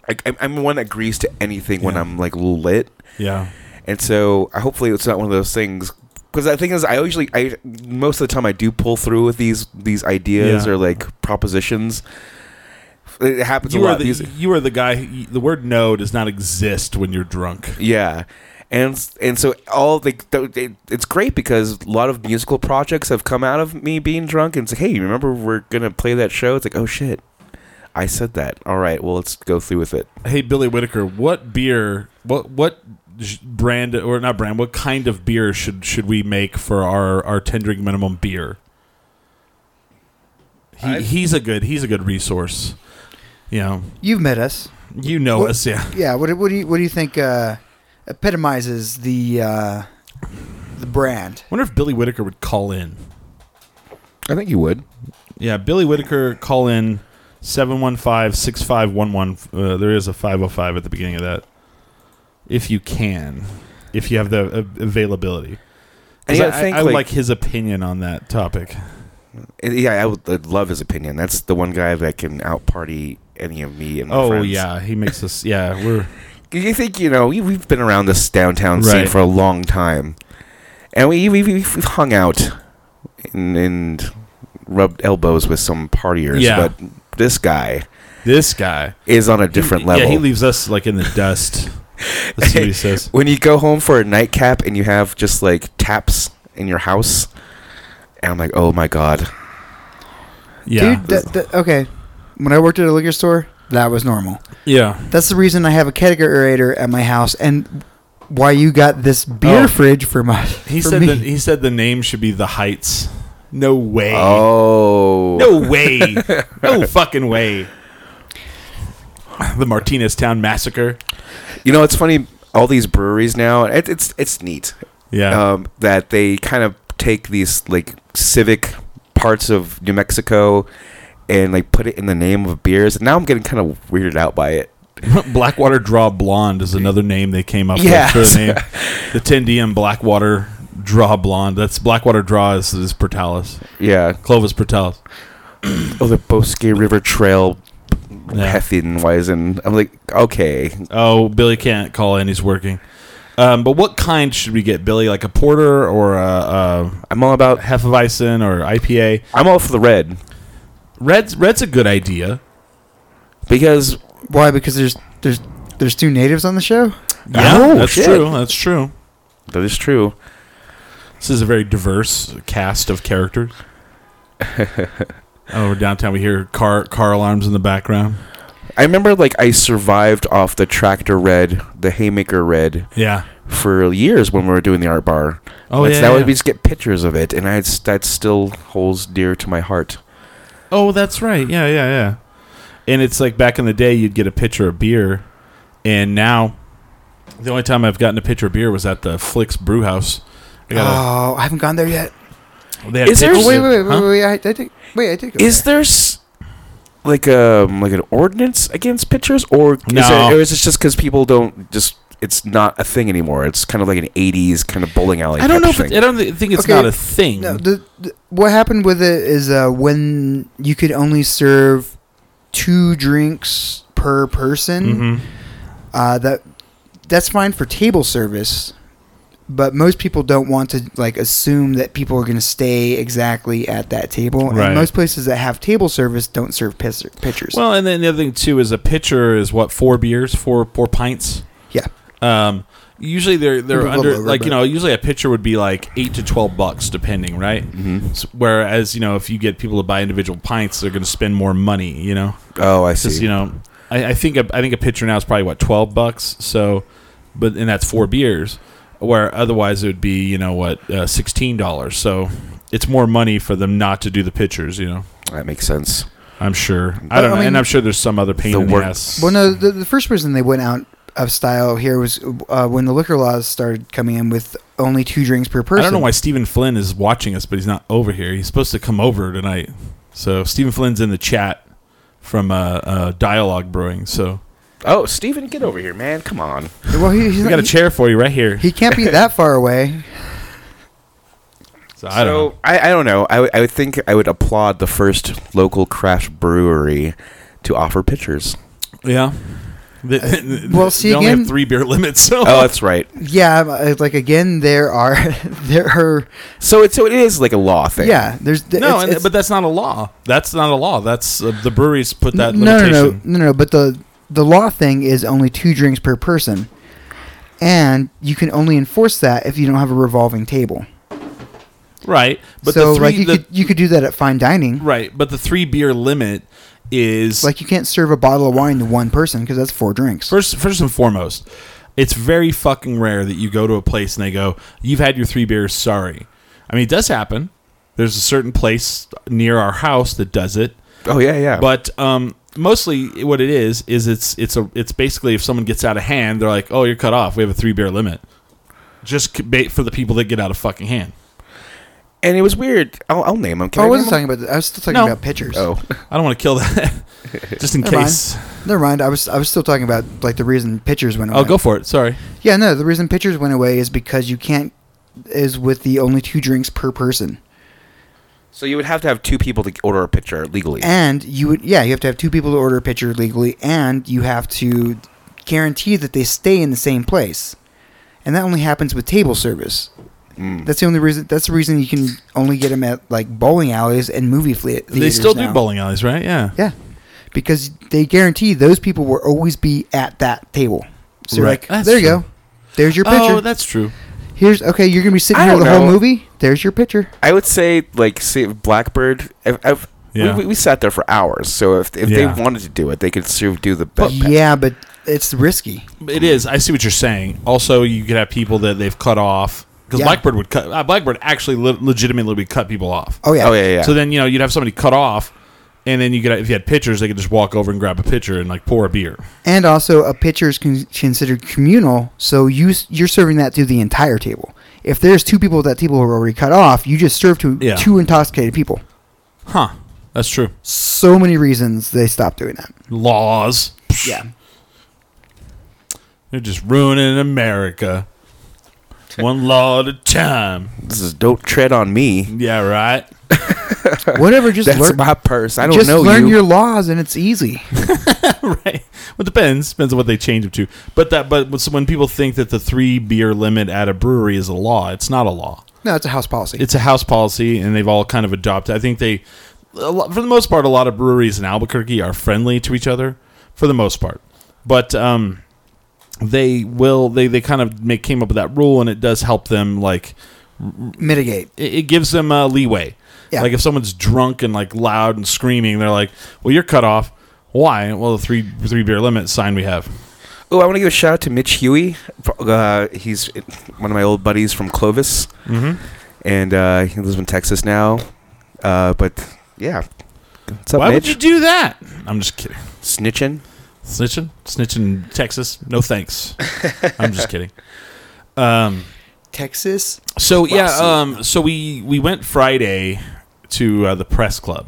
Speaker 1: I, I'm- I'm one that agrees to anything when
Speaker 2: Yeah.
Speaker 1: I'm like lit,
Speaker 2: Yeah.
Speaker 1: and so I hopefully it's not one of those things. Because the thing is, I usually, I most of the time I do pull through with these these ideas
Speaker 2: Yeah.
Speaker 1: or like propositions. It happens
Speaker 2: You
Speaker 1: a
Speaker 2: are
Speaker 1: lot.
Speaker 2: the E.
Speaker 1: These-
Speaker 2: you are the guy. who- The word no does not exist when you're drunk.
Speaker 1: Yeah. And and so all the, the it, it's great because a lot of musical projects have come out of me being drunk and it's like, hey, remember we're gonna play that show? It's like, oh shit, I said that. All right, well let's go through with it.
Speaker 2: Hey, Billy Whitaker, what beer? What what j- brand or not brand? What kind of beer should should we make for our our tendering minimum beer? He, he's a good he's a good resource. You know,
Speaker 3: You've met us.
Speaker 2: you know
Speaker 3: What-
Speaker 2: us, yeah.
Speaker 3: Yeah. What, do- what do you what do you think uh, epitomizes the uh, the brand?
Speaker 2: wonder if Billy Whitaker would call in.
Speaker 1: I think you would.
Speaker 2: Yeah, Billy Whitaker, call in 715-6511. Uh, there is a 505 at the beginning of that. If you can, if you have the uh, availability. 'Cause
Speaker 1: Yeah,
Speaker 2: I,
Speaker 1: I think,
Speaker 2: I would
Speaker 1: like-
Speaker 2: like his opinion on that topic.
Speaker 1: Yeah, I would I'd love his opinion. That's the one guy that can out party any of me and my
Speaker 2: Oh
Speaker 1: friends.
Speaker 2: yeah, he makes us.
Speaker 1: (laughs)
Speaker 2: Yeah, we're
Speaker 1: You think you know we, we've been around this downtown scene
Speaker 2: Right.
Speaker 1: for a long time, and we we we- we've hung out and, and rubbed elbows with some partiers,
Speaker 2: Yeah.
Speaker 1: but this guy
Speaker 2: this guy
Speaker 1: is on a different level.
Speaker 2: Yeah, he leaves us like in the
Speaker 1: (laughs)
Speaker 2: dust. That's what he says.
Speaker 1: when you go home for a nightcap and you have just like taps in your house, and I'm like, oh my god,
Speaker 2: Yeah,
Speaker 3: Dude, that, that, okay. When I worked at a liquor store, that was normal.
Speaker 2: yeah.
Speaker 3: That's the reason I have a kegerator at my house, and why you got this beer
Speaker 2: Oh.
Speaker 3: fridge for my.
Speaker 2: He
Speaker 3: for
Speaker 2: said
Speaker 3: me.
Speaker 2: that he said the name should be the Heights. No way.
Speaker 1: oh
Speaker 2: No
Speaker 1: (laughs)
Speaker 2: way. no fucking way. The Martinez Town Massacre.
Speaker 1: You know, it's funny. All these breweries now, it, it's it's neat.
Speaker 2: Yeah.
Speaker 1: um, that they kind of take these like civic parts of New Mexico and like put it in the name of beers. And now I'm getting kind of weirded out by it.
Speaker 2: (laughs) Blackwater Draw Blonde is another name they came up
Speaker 1: Yeah.
Speaker 2: with for the
Speaker 1: (laughs)
Speaker 2: name. The 10DM Blackwater Draw Blonde. That's Blackwater Draw is, is Portalis.
Speaker 1: Yeah.
Speaker 2: Clovis Portalis.
Speaker 1: Oh, the Bosque River Trail.
Speaker 2: Yeah.
Speaker 1: Hefeweizen. I'm like, okay.
Speaker 2: Oh, Billy can't call in. He's working. Um, but what kind should we get, Billy? Like a porter or a,
Speaker 1: I'm all
Speaker 2: a
Speaker 1: about.
Speaker 2: hefeweizen or IPA?
Speaker 1: I'm all for the red
Speaker 2: Red's red's a good idea.
Speaker 1: because
Speaker 3: Why? Because there's there's there's two natives on the show.
Speaker 2: Yeah,
Speaker 1: Oh,
Speaker 2: that's
Speaker 1: shit.
Speaker 2: true. That's true.
Speaker 1: that is true.
Speaker 2: This is a very diverse cast of
Speaker 1: (laughs)
Speaker 2: characters. oh, we're downtown. We hear car car alarms in the background.
Speaker 1: I remember like I survived off the tractor red, the haymaker red,
Speaker 2: Yeah.
Speaker 1: for years when we were doing the art bar.
Speaker 2: Oh
Speaker 1: That's-
Speaker 2: yeah.
Speaker 1: That
Speaker 2: yeah.
Speaker 1: would we just get pictures of it, and I that still holds dear to my heart.
Speaker 2: Oh, that's right. Yeah, yeah, yeah. And it's like back in the day, you'd get a pitcher of beer, and now the only time I've gotten a pitcher of beer was at the Flicks Brew House. I got
Speaker 3: oh, I haven't gone there yet.
Speaker 2: a, they had
Speaker 1: Is there-
Speaker 2: pitchers
Speaker 3: Oh, wait,
Speaker 2: of-
Speaker 3: wait, wait,
Speaker 2: huh?
Speaker 3: wait, wait. I, I did, wait, I did go
Speaker 1: Is there s- like um like an ordinance against pitchers, or is,
Speaker 2: No.
Speaker 1: it, or is it just because people don't just? It's not a thing anymore. It's kind of like an '80s kind of bowling alley.
Speaker 2: I don't
Speaker 1: type
Speaker 2: know. If
Speaker 1: of
Speaker 2: it,
Speaker 1: thing.
Speaker 2: I don't thi- think it's
Speaker 3: Okay.
Speaker 2: not a thing.
Speaker 3: No, the, the, what happened with it is uh, when you could only serve two drinks per person.
Speaker 2: Mhm.
Speaker 3: Uh, that that's fine for table service, but most people don't want to like assume that people are going to stay exactly at that table.
Speaker 2: Right.
Speaker 3: And most places that have table service don't serve pis- pitchers.
Speaker 2: Well, and then the other thing too is a pitcher is what four beers, four four pints.
Speaker 3: yeah,
Speaker 2: Um, usually they're they're
Speaker 3: Little
Speaker 2: under
Speaker 3: lower,
Speaker 2: like you
Speaker 3: but-
Speaker 2: know usually a pitcher would be like eight to twelve bucks depending, right? Mm-hmm. whereas you know if you get people to buy individual pints, they're going to spend more money. You know,
Speaker 1: Oh, I see.
Speaker 2: just you know, I, I think a, I think a pitcher now is probably what twelve bucks. So, but and that's four beers, where otherwise it would be you know what uh, sixteen dollars. So it's more money for them not to do the pitchers. You know,
Speaker 1: that makes sense.
Speaker 2: I'm sure. I
Speaker 3: Well,
Speaker 2: don't
Speaker 3: I
Speaker 2: know,
Speaker 3: mean-
Speaker 2: and I'm sure there's some other pain
Speaker 1: The
Speaker 2: in the
Speaker 1: work-
Speaker 2: ass.
Speaker 3: Well, no, the, the first person they went out of style here was uh, when the liquor laws started coming in with only two drinks per person.
Speaker 2: I don't know why Stephen Flynn is watching us, but he's not over here. He's supposed to come over tonight. So Stephen Flynn's in the chat from uh, uh, Dialogue Brewing. So
Speaker 1: Oh, Steven, get over here, man. Come on.
Speaker 3: Well, he, he's
Speaker 2: we
Speaker 3: not,
Speaker 2: got a chair for you right here.
Speaker 3: he, he can't be that far away.
Speaker 2: So I don't.
Speaker 1: so
Speaker 2: know.
Speaker 1: I, I don't know. I would- I would think I would applaud the first local craft brewery to
Speaker 2: (laughs)
Speaker 1: offer pitchers.
Speaker 2: Yeah. (laughs) The-
Speaker 3: Uh, well, see,
Speaker 2: they only have
Speaker 3: again-
Speaker 2: three beer limits. (laughs) So
Speaker 1: Oh, that's right.
Speaker 3: Yeah, uh, like again, there are (laughs) there are
Speaker 1: So it so it is like a law thing.
Speaker 3: yeah. There's
Speaker 2: no,
Speaker 3: it's-
Speaker 2: and,
Speaker 3: it's-
Speaker 2: but that's not a law. That's not a law. That's uh, the breweries put that
Speaker 3: no, no,
Speaker 2: limitation.
Speaker 3: no, no, no. But the the law thing is only two drinks per person, and you can only enforce that if you don't have a revolving table.
Speaker 2: Right, but
Speaker 3: so
Speaker 2: the three,
Speaker 3: like you
Speaker 2: the,
Speaker 3: could you could do that at fine dining.
Speaker 2: right, but the three beer limit is
Speaker 3: Like you can't serve a bottle of wine to one person because that's four drinks.
Speaker 2: First, first and foremost, it's very fucking rare that you go to a place and they go, "You've had your three beers, sorry." I mean, it does happen. There's a certain place near our house that does it,
Speaker 1: Oh yeah, yeah.
Speaker 2: but um, mostly what it is is it's it's a it's basically if someone gets out of hand, they're like, "Oh, you're cut off. We have a three beer limit." Just c- bait for the people that get out of fucking hand.
Speaker 1: and it was weird. I'll, I'll name them. Can
Speaker 3: Oh, I
Speaker 1: name
Speaker 3: wasn't
Speaker 1: 'em?
Speaker 3: talking about that. I was still talking
Speaker 2: No.
Speaker 3: about pitchers.
Speaker 1: Oh,
Speaker 2: I don't want to kill that, (laughs) just in
Speaker 3: Never mind.
Speaker 2: case.
Speaker 3: Never mind. I was I was still talking about like the reason pitchers went away.
Speaker 2: Oh, go for it. Sorry.
Speaker 3: Yeah, no. The reason pitchers went away is because you can't is with the only two drinks per person,
Speaker 1: so you would have to have two people to order a pitcher legally.
Speaker 3: and you would yeah you have to have two people to order a pitcher legally, and you have to guarantee that they stay in the same place, and that only happens with table service. That's the only reason. That's the reason you can only get them at like bowling alleys and movie flea- theaters.
Speaker 2: They still do
Speaker 3: now.
Speaker 2: bowling alleys, right? Yeah.
Speaker 3: Yeah, because they guarantee those people will always be at that table. So you're
Speaker 2: Right.
Speaker 3: like,
Speaker 2: That's
Speaker 3: there you
Speaker 2: true.
Speaker 3: go. There's your pitcher.
Speaker 2: Oh, that's true.
Speaker 3: Here's okay. You're gonna be sitting
Speaker 1: I
Speaker 3: here
Speaker 1: don't
Speaker 3: the whole
Speaker 1: know.
Speaker 3: movie. There's your picture.
Speaker 1: I would say like say Blackbird. I've, I've,
Speaker 2: Yeah.
Speaker 1: we, we, we sat there for hours. So if if
Speaker 2: Yeah.
Speaker 1: they wanted to do it, they could sort of do the but,
Speaker 3: yeah, but it's risky.
Speaker 2: It is. I see what you're saying. Also, you could have people that they've cut off because
Speaker 3: Yeah.
Speaker 2: Blackbird would cut. Uh, Blackbird actually le- legitimately would cut people off.
Speaker 3: Oh yeah.
Speaker 1: Oh yeah, yeah.
Speaker 2: So then you know you'd have somebody cut off, and then you could if you had pitchers, they could just walk over and grab a pitcher and like pour a beer.
Speaker 3: And also, a pitcher is con- considered communal, so you s- you're serving that to the entire table. If there's two people at that table who are already cut off, you just serve to
Speaker 2: Yeah.
Speaker 3: two intoxicated people.
Speaker 2: Huh? That's true.
Speaker 3: So many reasons they stopped doing that.
Speaker 2: Laws.
Speaker 3: (laughs) Yeah.
Speaker 2: They're just ruining America. One law at a time.
Speaker 1: this is don't tread on me.
Speaker 2: Yeah. Right. (laughs)
Speaker 3: Whatever. Just
Speaker 1: That's
Speaker 3: learn.
Speaker 1: my purse. I don't
Speaker 3: just
Speaker 1: know
Speaker 3: learn
Speaker 1: you.
Speaker 3: your laws, and it's easy.
Speaker 2: right. Well, depends. Depends on what they change them to. But that. But when- so when people think that the three beer limit at a brewery is a law, it's not a law.
Speaker 3: No, it's a house policy.
Speaker 2: it's a house policy, and they've all kind of adopted. I think they, a lot, for the most part, a lot of breweries in Albuquerque are friendly to each other, for the most part. But um, they will they they kind of make came up with that rule, and it does help them. Like
Speaker 3: Mitigate.
Speaker 2: it, it gives them uh, leeway.
Speaker 3: Yeah.
Speaker 2: Like if someone's drunk and like loud and screaming, they're like, "Well, you're cut off. Why? Well, the three three beer limit sign we have.
Speaker 1: Oh, I want to give a shout out to Mitch Huey. Uh, he's one of my old buddies from Clovis, mm-hmm. and uh, he lives in Texas now. Uh, but yeah, What's up,
Speaker 2: Why would
Speaker 1: Mitch?
Speaker 2: you do that? I'm just kidding.
Speaker 1: Snitching?
Speaker 2: Snitching? Snitching Texas? No thanks. I'm just kidding. Um
Speaker 3: Texas.
Speaker 2: so yeah,
Speaker 1: Classy.
Speaker 2: um so we we went Friday to uh, the press club.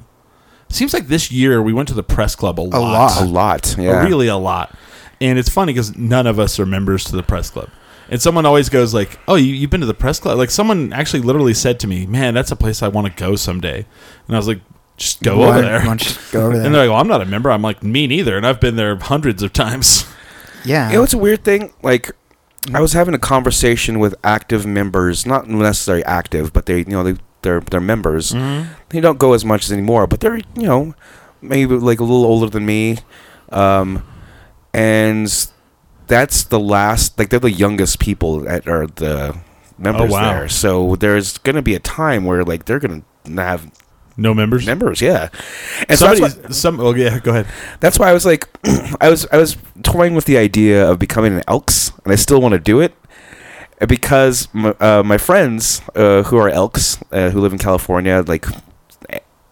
Speaker 2: Seems like this year we went to the press club a lot.
Speaker 1: A lot. Yeah.
Speaker 2: But Ah. Oh, really a lot. And it's funny because none of us are members to the press club. And someone always goes like, "Oh, you, you've been to the press club?" Like someone actually literally said to me, "Man, that's a place I want to go someday." And I was like, "Just go
Speaker 3: Why-
Speaker 2: over there."
Speaker 3: why don't you go
Speaker 2: (laughs)
Speaker 3: over
Speaker 2: And
Speaker 3: there.
Speaker 2: they're like, "Well, I'm not a member." I'm like, "Me neither." And I've been there hundreds of times. (laughs)
Speaker 3: Yeah.
Speaker 1: You know, it's a weird thing. Like, I was having a conversation with active members, not necessarily active, but they, you know, they, they're they're members. They don't go as much as anymore, but they're, you know, maybe like a little older than me, um, and that's the last. Like, they're the youngest people that are the members
Speaker 2: wow.
Speaker 1: there. So there's gonna be a time where like they're gonna have
Speaker 2: No members.
Speaker 1: members, yeah. And so that's
Speaker 2: Somebody,
Speaker 1: why-
Speaker 2: some. Oh yeah, go ahead.
Speaker 1: that's why I was like, (clears throat) I was I was toying with the idea of becoming an Elks, and I still want to do it because my, uh, my friends uh, who are Elks uh, who live in California, like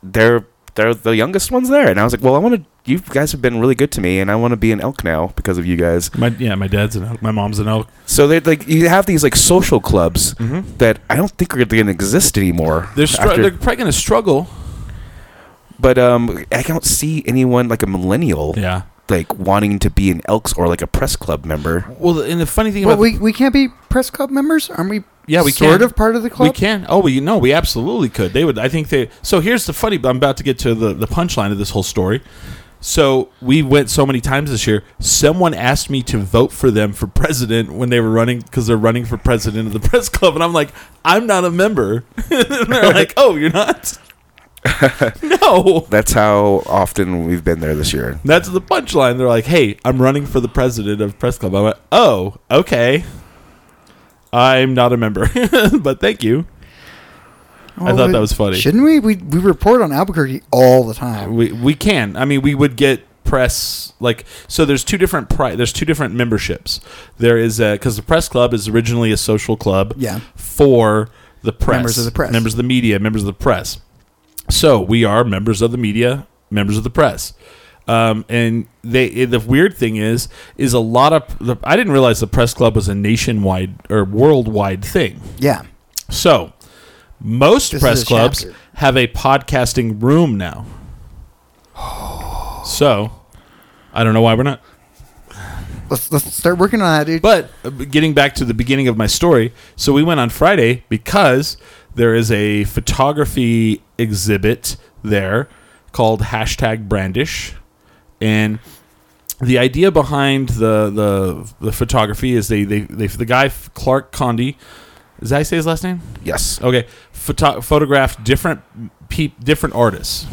Speaker 1: they're they're the youngest ones there, and I was like, well, I want to. You guys have been really good to me, and I want to be an Elk now because of you guys.
Speaker 2: My yeah, my dad's an elk. My mom's an elk.
Speaker 1: So they like you have these like social clubs
Speaker 3: Mm-hmm.
Speaker 1: that I don't think are going to exist anymore.
Speaker 2: They're str-
Speaker 1: after-
Speaker 2: they're probably gonna struggle.
Speaker 1: but um, I don't see anyone like a millennial
Speaker 2: Yeah.
Speaker 1: like wanting to be an Elks or like a press club member.
Speaker 2: Well, and the funny thing
Speaker 3: But
Speaker 2: about
Speaker 3: we, we can't be press club members, aren't we?
Speaker 2: Yeah, we
Speaker 3: sort
Speaker 2: can.
Speaker 3: of part of the club.
Speaker 2: We can. Oh, we no, we absolutely could. They would. I think they. So here's the funny. I'm about to get to the the punchline of this whole story. So we went so many times this year. Someone asked me to vote for them for president when they were running because they're running for president of the (laughs) press club, and I'm like, I'm not a member. (laughs) and they're like, Oh, you're not. no.
Speaker 1: That's how often we've been there this year.
Speaker 2: That's the punchline. They're like, "Hey, I'm running for the president of press club." I'm like, "Oh, okay." I'm not a member, (laughs) but thank you. I thought
Speaker 3: we-
Speaker 2: that was funny.
Speaker 3: Oh, Shouldn't we? We we report on Albuquerque all the time.
Speaker 2: We we can. I mean, we would get press like so. There's two different pri- There's two different memberships. There is because the press club is originally a social club.
Speaker 3: Yeah.
Speaker 2: For the press,
Speaker 3: Members of the press.
Speaker 2: members of the media, members of the press. So we are members of the media, members of the press. Um, and they the weird thing is is a lot of the, I didn't realize the press club was a nationwide or worldwide thing.
Speaker 3: Yeah.
Speaker 2: So most
Speaker 3: This is
Speaker 2: press
Speaker 3: a
Speaker 2: clubs
Speaker 3: chapter.
Speaker 2: have a podcasting room now. So I don't know why we're not.
Speaker 3: Let's let's start working on that, dude.
Speaker 2: But uh, getting back to the beginning of my story, so we went on Friday because there is a photography exhibit there called hashtag brandish. And the idea behind the the, the photography is they, they, they the guy Clark Condi is that how you say his last name?
Speaker 1: Yes.
Speaker 2: Okay, Photo- photographed different peop- different artists,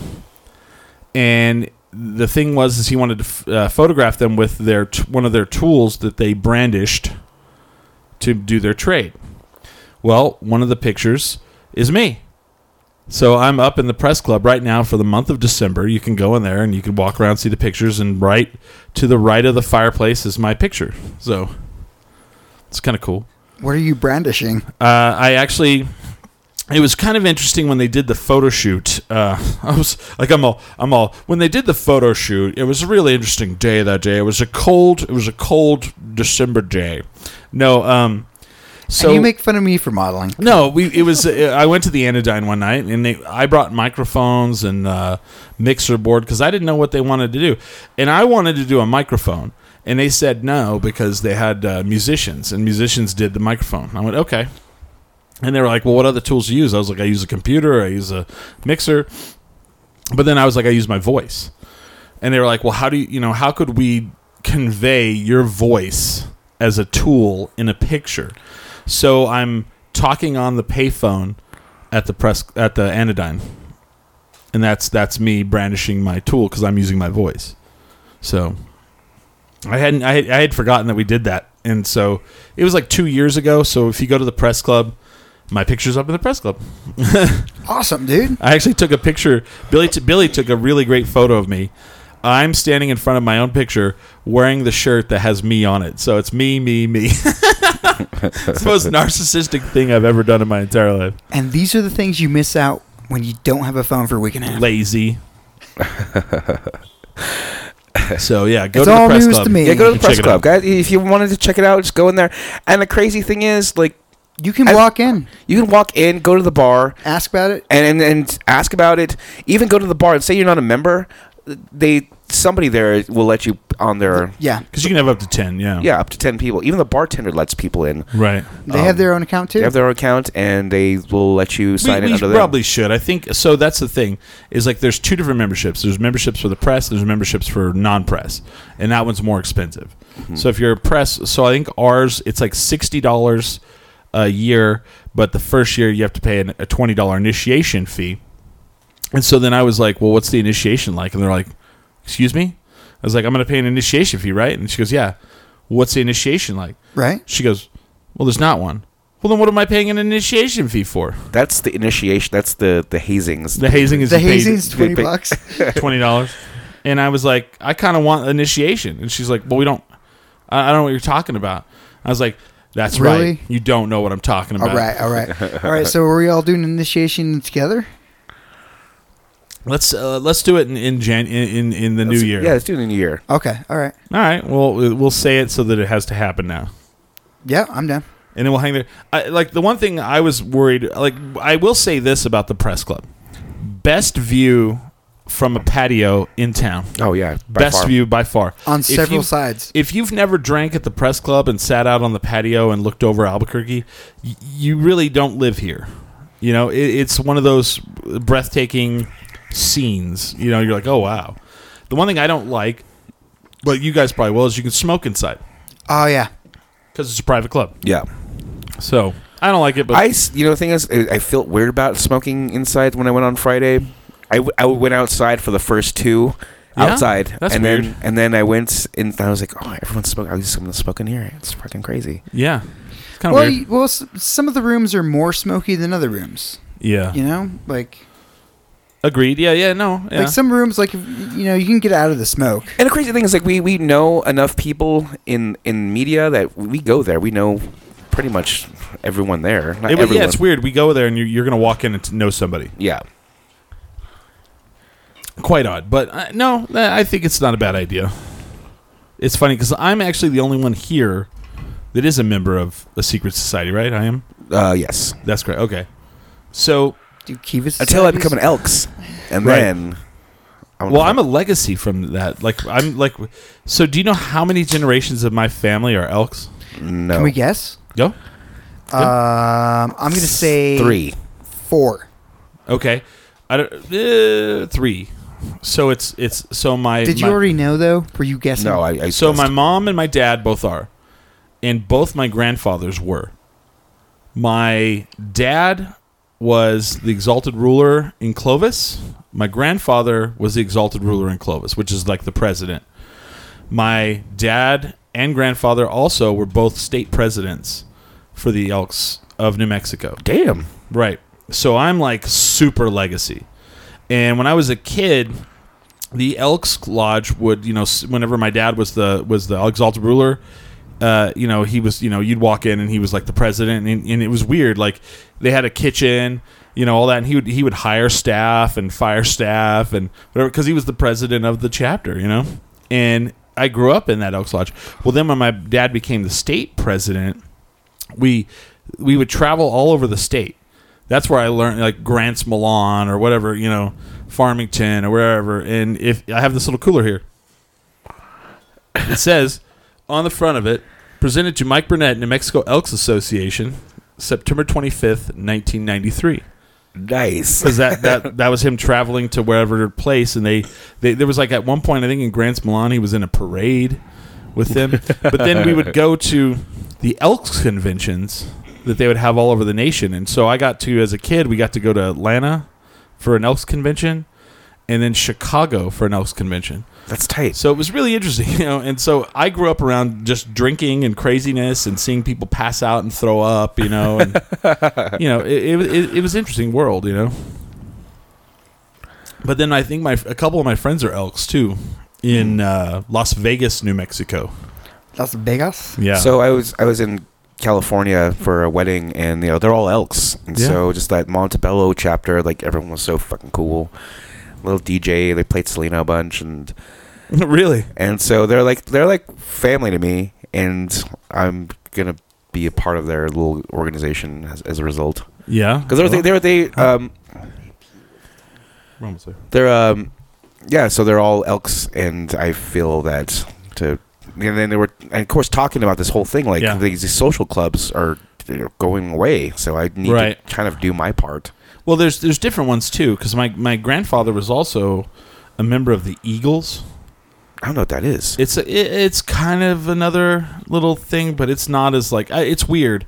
Speaker 2: and the thing was is he wanted to f- uh, photograph them with their t- one of their tools that they brandished to do their trade. Well, one of the pictures is me. So I'm up in the press club right now for the month of December. You can go in there and you can walk around, see the pictures, and right to the right of the fireplace is my picture. So it's kind of cool.
Speaker 3: what are you brandishing?
Speaker 2: Uh, I actually, it was kind of interesting when they did the photo shoot. Uh, (laughs) I was like, I'm all, I'm all. When they did the photo shoot, it was a really interesting day that day. It was a cold, it was a cold December day. No, um, so
Speaker 3: and you make fun of me for modeling.
Speaker 2: (laughs) no, we it was. uh, I went to the Anodyne one night, and they I brought microphones and uh, mixer board because I didn't know what they wanted to do, and I wanted to do a microphone, and they said no because they had uh, musicians, and musicians did the microphone. I went okay, and they were like, well, what other tools do you use? I was like, I use a computer, I use a mixer, but then I was like, I use my voice, and they were like, well, how do you you know how could we convey your voice as a tool in a picture? So I'm talking on the payphone at the press at the anodyne, and that's that's me brandishing my tool because I'm using my voice. So I hadn't I had, I had forgotten that we did that, and so it was like two years ago. So if you go to the press club. My picture's up in the press club.
Speaker 3: Awesome, dude.
Speaker 2: I actually took a picture. Billy t- Billy took a really great photo of me. I'm standing in front of my own picture wearing the shirt that has me on it. So it's me, me, (laughs) me. it's the most narcissistic thing I've ever done in my entire life. (laughs)
Speaker 3: And these are the things you miss out when you don't have a phone for a week and a half.
Speaker 2: Lazy. So yeah, go
Speaker 3: It's
Speaker 2: to the
Speaker 3: all
Speaker 2: press
Speaker 3: news
Speaker 2: club.
Speaker 3: to me.
Speaker 1: Yeah, go to the
Speaker 2: You can
Speaker 1: press
Speaker 2: check it
Speaker 1: club,
Speaker 2: out.
Speaker 1: guys. If you wanted to check it out, just go in there. And the crazy thing is, like,
Speaker 3: You can
Speaker 1: I-
Speaker 3: walk in,
Speaker 1: you can walk in, go to the bar,
Speaker 3: ask about it.
Speaker 1: and, and and ask about it. Even go to the bar and say you're not a member. They somebody there will let you on their
Speaker 3: Yeah,
Speaker 2: Because you can have up to ten. Yeah.
Speaker 1: yeah up to ten people. Even the bartender lets people in.
Speaker 2: Right.
Speaker 3: they
Speaker 1: Um,
Speaker 3: have their own account too.
Speaker 1: They have their own account and they will let you sign
Speaker 2: we, we
Speaker 1: in under
Speaker 2: probably should. I think so. That's the thing is like there's two different memberships. There's memberships for the press. There's memberships for non-press, and that one's more expensive. So if you're a press, so I think ours it's like sixty dollars a year, but the first year you have to pay an, a twenty dollar initiation fee. And so then I was like, "Well, what's the initiation like?" And they're like, "Excuse me." I was like, "I'm going to pay an initiation fee, right?" And she goes, "Yeah." What's the initiation like?
Speaker 3: right?
Speaker 2: She goes, "Well, there's not one." Well, then what am I paying an initiation fee for?
Speaker 1: them. That's the initiation. That's the the hazings.
Speaker 2: The hazing is
Speaker 3: The
Speaker 2: paid
Speaker 3: (laughs) hazing's twenty
Speaker 2: (laughs)
Speaker 1: paid-
Speaker 3: bucks.
Speaker 2: twenty dollars, and I was like, I kind of want initiation, and she's like, Well, we don't. I, I don't know what you're talking about. I was like, That's right.
Speaker 3: Really?
Speaker 2: You don't know what I'm talking
Speaker 3: all
Speaker 2: about.
Speaker 3: right, all
Speaker 2: (laughs)
Speaker 3: right, all right. So are we all doing initiation together?
Speaker 2: Let's uh, let's do it in in, Jan- in, in in the
Speaker 1: That's-
Speaker 2: new year.
Speaker 1: Yeah, it's doing the new year.
Speaker 3: Okay, all right.
Speaker 2: All right. Well, we- we'll say it so that it has to happen now.
Speaker 3: Yeah, I'm down.
Speaker 2: and then we'll hang there. I, like the one thing I was worried, like I will say this about the press club: best view from a patio in town.
Speaker 1: Oh yeah, by
Speaker 2: best
Speaker 1: far.
Speaker 2: view by far
Speaker 3: On
Speaker 2: If
Speaker 3: several
Speaker 2: you-
Speaker 3: sides.
Speaker 2: If you've never drank at the press club and sat out on the patio and looked over Albuquerque, y- you really don't live here. You know, it, it's one of those breathtaking scenes. You know, you're like, oh wow. The one thing I don't like, but you guys probably will, is you can smoke inside
Speaker 3: Oh yeah,
Speaker 2: because it's a private club.
Speaker 1: Yeah,
Speaker 2: So I don't like it, but
Speaker 1: I s- you know the thing is, I I felt weird about smoking inside when I went on Friday. I, w- I went outside for the first two.
Speaker 2: Yeah?
Speaker 1: Outside,
Speaker 2: That's
Speaker 1: and
Speaker 2: weird.
Speaker 1: then and then I went and I was like, oh, everyone's smoking. I was just gonna smoke in here. It's fucking crazy.
Speaker 2: yeah, it's kind of
Speaker 3: well,
Speaker 2: Oh, weird.
Speaker 3: you, well, s- some of the rooms are more smoky than other rooms.
Speaker 2: Yeah.
Speaker 3: You know, like
Speaker 2: Agreed. Yeah, yeah, no. Yeah.
Speaker 3: like some rooms, like if- you know, you can get out of the smoke.
Speaker 1: And the crazy thing is, like, we, we know enough people in in media that we go there. We know pretty much everyone there. Not
Speaker 2: It-
Speaker 1: everyone.
Speaker 2: yeah, it's weird. We go there and you're, you're going to walk in and know somebody.
Speaker 1: Yeah.
Speaker 2: Quite odd. But uh, no, I think it's not a bad idea. It's funny because I'm actually the only one here that is a member of a secret society, right? I am?
Speaker 1: Uh, yes.
Speaker 2: That's correct. Okay. So,
Speaker 3: Do Kivas
Speaker 1: Until I become an Elks, and
Speaker 2: Right.
Speaker 1: then. I wanna
Speaker 2: well,
Speaker 1: be-
Speaker 2: I'm a legacy from that. Like, I'm like, so do you know how many generations of my family are elks?
Speaker 1: no.
Speaker 3: Can we guess?
Speaker 2: Go.
Speaker 3: Um, I'm gonna say
Speaker 1: three?
Speaker 3: four.
Speaker 2: Okay. I don't, uh, three. So it's, it's, so my.
Speaker 3: Did you
Speaker 2: my-
Speaker 3: already know though? Were you guessing?
Speaker 1: No, I. I
Speaker 2: So my
Speaker 1: guessed.
Speaker 2: mom and my dad both are, and both my grandfathers were. My dad was the exalted ruler in Clovis. My grandfather was the exalted ruler in Clovis, which is like the president. My dad and grandfather also were both state presidents for the Elks of New Mexico.
Speaker 1: Damn.
Speaker 2: Right. So I'm like super legacy. And when I was a kid, the Elks Lodge would, you know, s- whenever my dad was the was the exalted ruler, uh, you know, he was, you know, you'd walk in and he was like the president, and, and it was weird. Like they had a kitchen, you know, all that, and he would he would hire staff and fire staff and whatever because he was the president of the chapter, you know. And I grew up in that Elks Lodge. Well, then when my dad became the state president, we we would travel all over the state. That's where I learned like Grants Milan or whatever, you know, Farmington or wherever. And if I have this little cooler here. It says on the front of it, presented to Mike Burnett, New Mexico Elks Association, September 25th, 1993
Speaker 1: Nice.
Speaker 2: because that, that that was him traveling to wherever place, and they, they there was like at one point I think in Grants Milan he was in a parade with them, but then we would go to the Elks conventions that they would have all over the nation, and so I got to as a kid we got to go to Atlanta for an Elks convention, and then Chicago for an Elks convention.
Speaker 1: That's tight.
Speaker 2: So it was really interesting, (laughs) you know. And so I grew up around just drinking and craziness and seeing people pass out and throw up, you know. And you know, it, it, it, it was an interesting world, you know. But then I think my a couple of my friends are elks too, in uh, Las Vegas, New Mexico.
Speaker 3: Las Vegas.
Speaker 2: Yeah.
Speaker 1: So I was I was in California for a wedding, and you know they're all Elks, and
Speaker 2: Yeah.
Speaker 1: so just that Montebello chapter, like everyone was so fucking cool. little DJ. They played Selena a bunch, and
Speaker 2: (laughs) really?
Speaker 1: and so they're like they're like family to me, and I'm gonna be a part of their little organization as, as a result.
Speaker 2: Yeah.
Speaker 1: Because they're they, are they um
Speaker 2: Almost there.
Speaker 1: they're um yeah, so they're all elks, and I feel that to and then they were and of course talking about this whole thing like
Speaker 2: Yeah.
Speaker 1: these, these social clubs are you know, going away, so I need
Speaker 2: Right.
Speaker 1: to kind of do my part.
Speaker 2: Well, there's there's different ones too because my my grandfather was also a member of the Eagles.
Speaker 1: I don't know what that is.
Speaker 2: It's a, it, it's kind of another little thing, but it's not as like I- it's weird.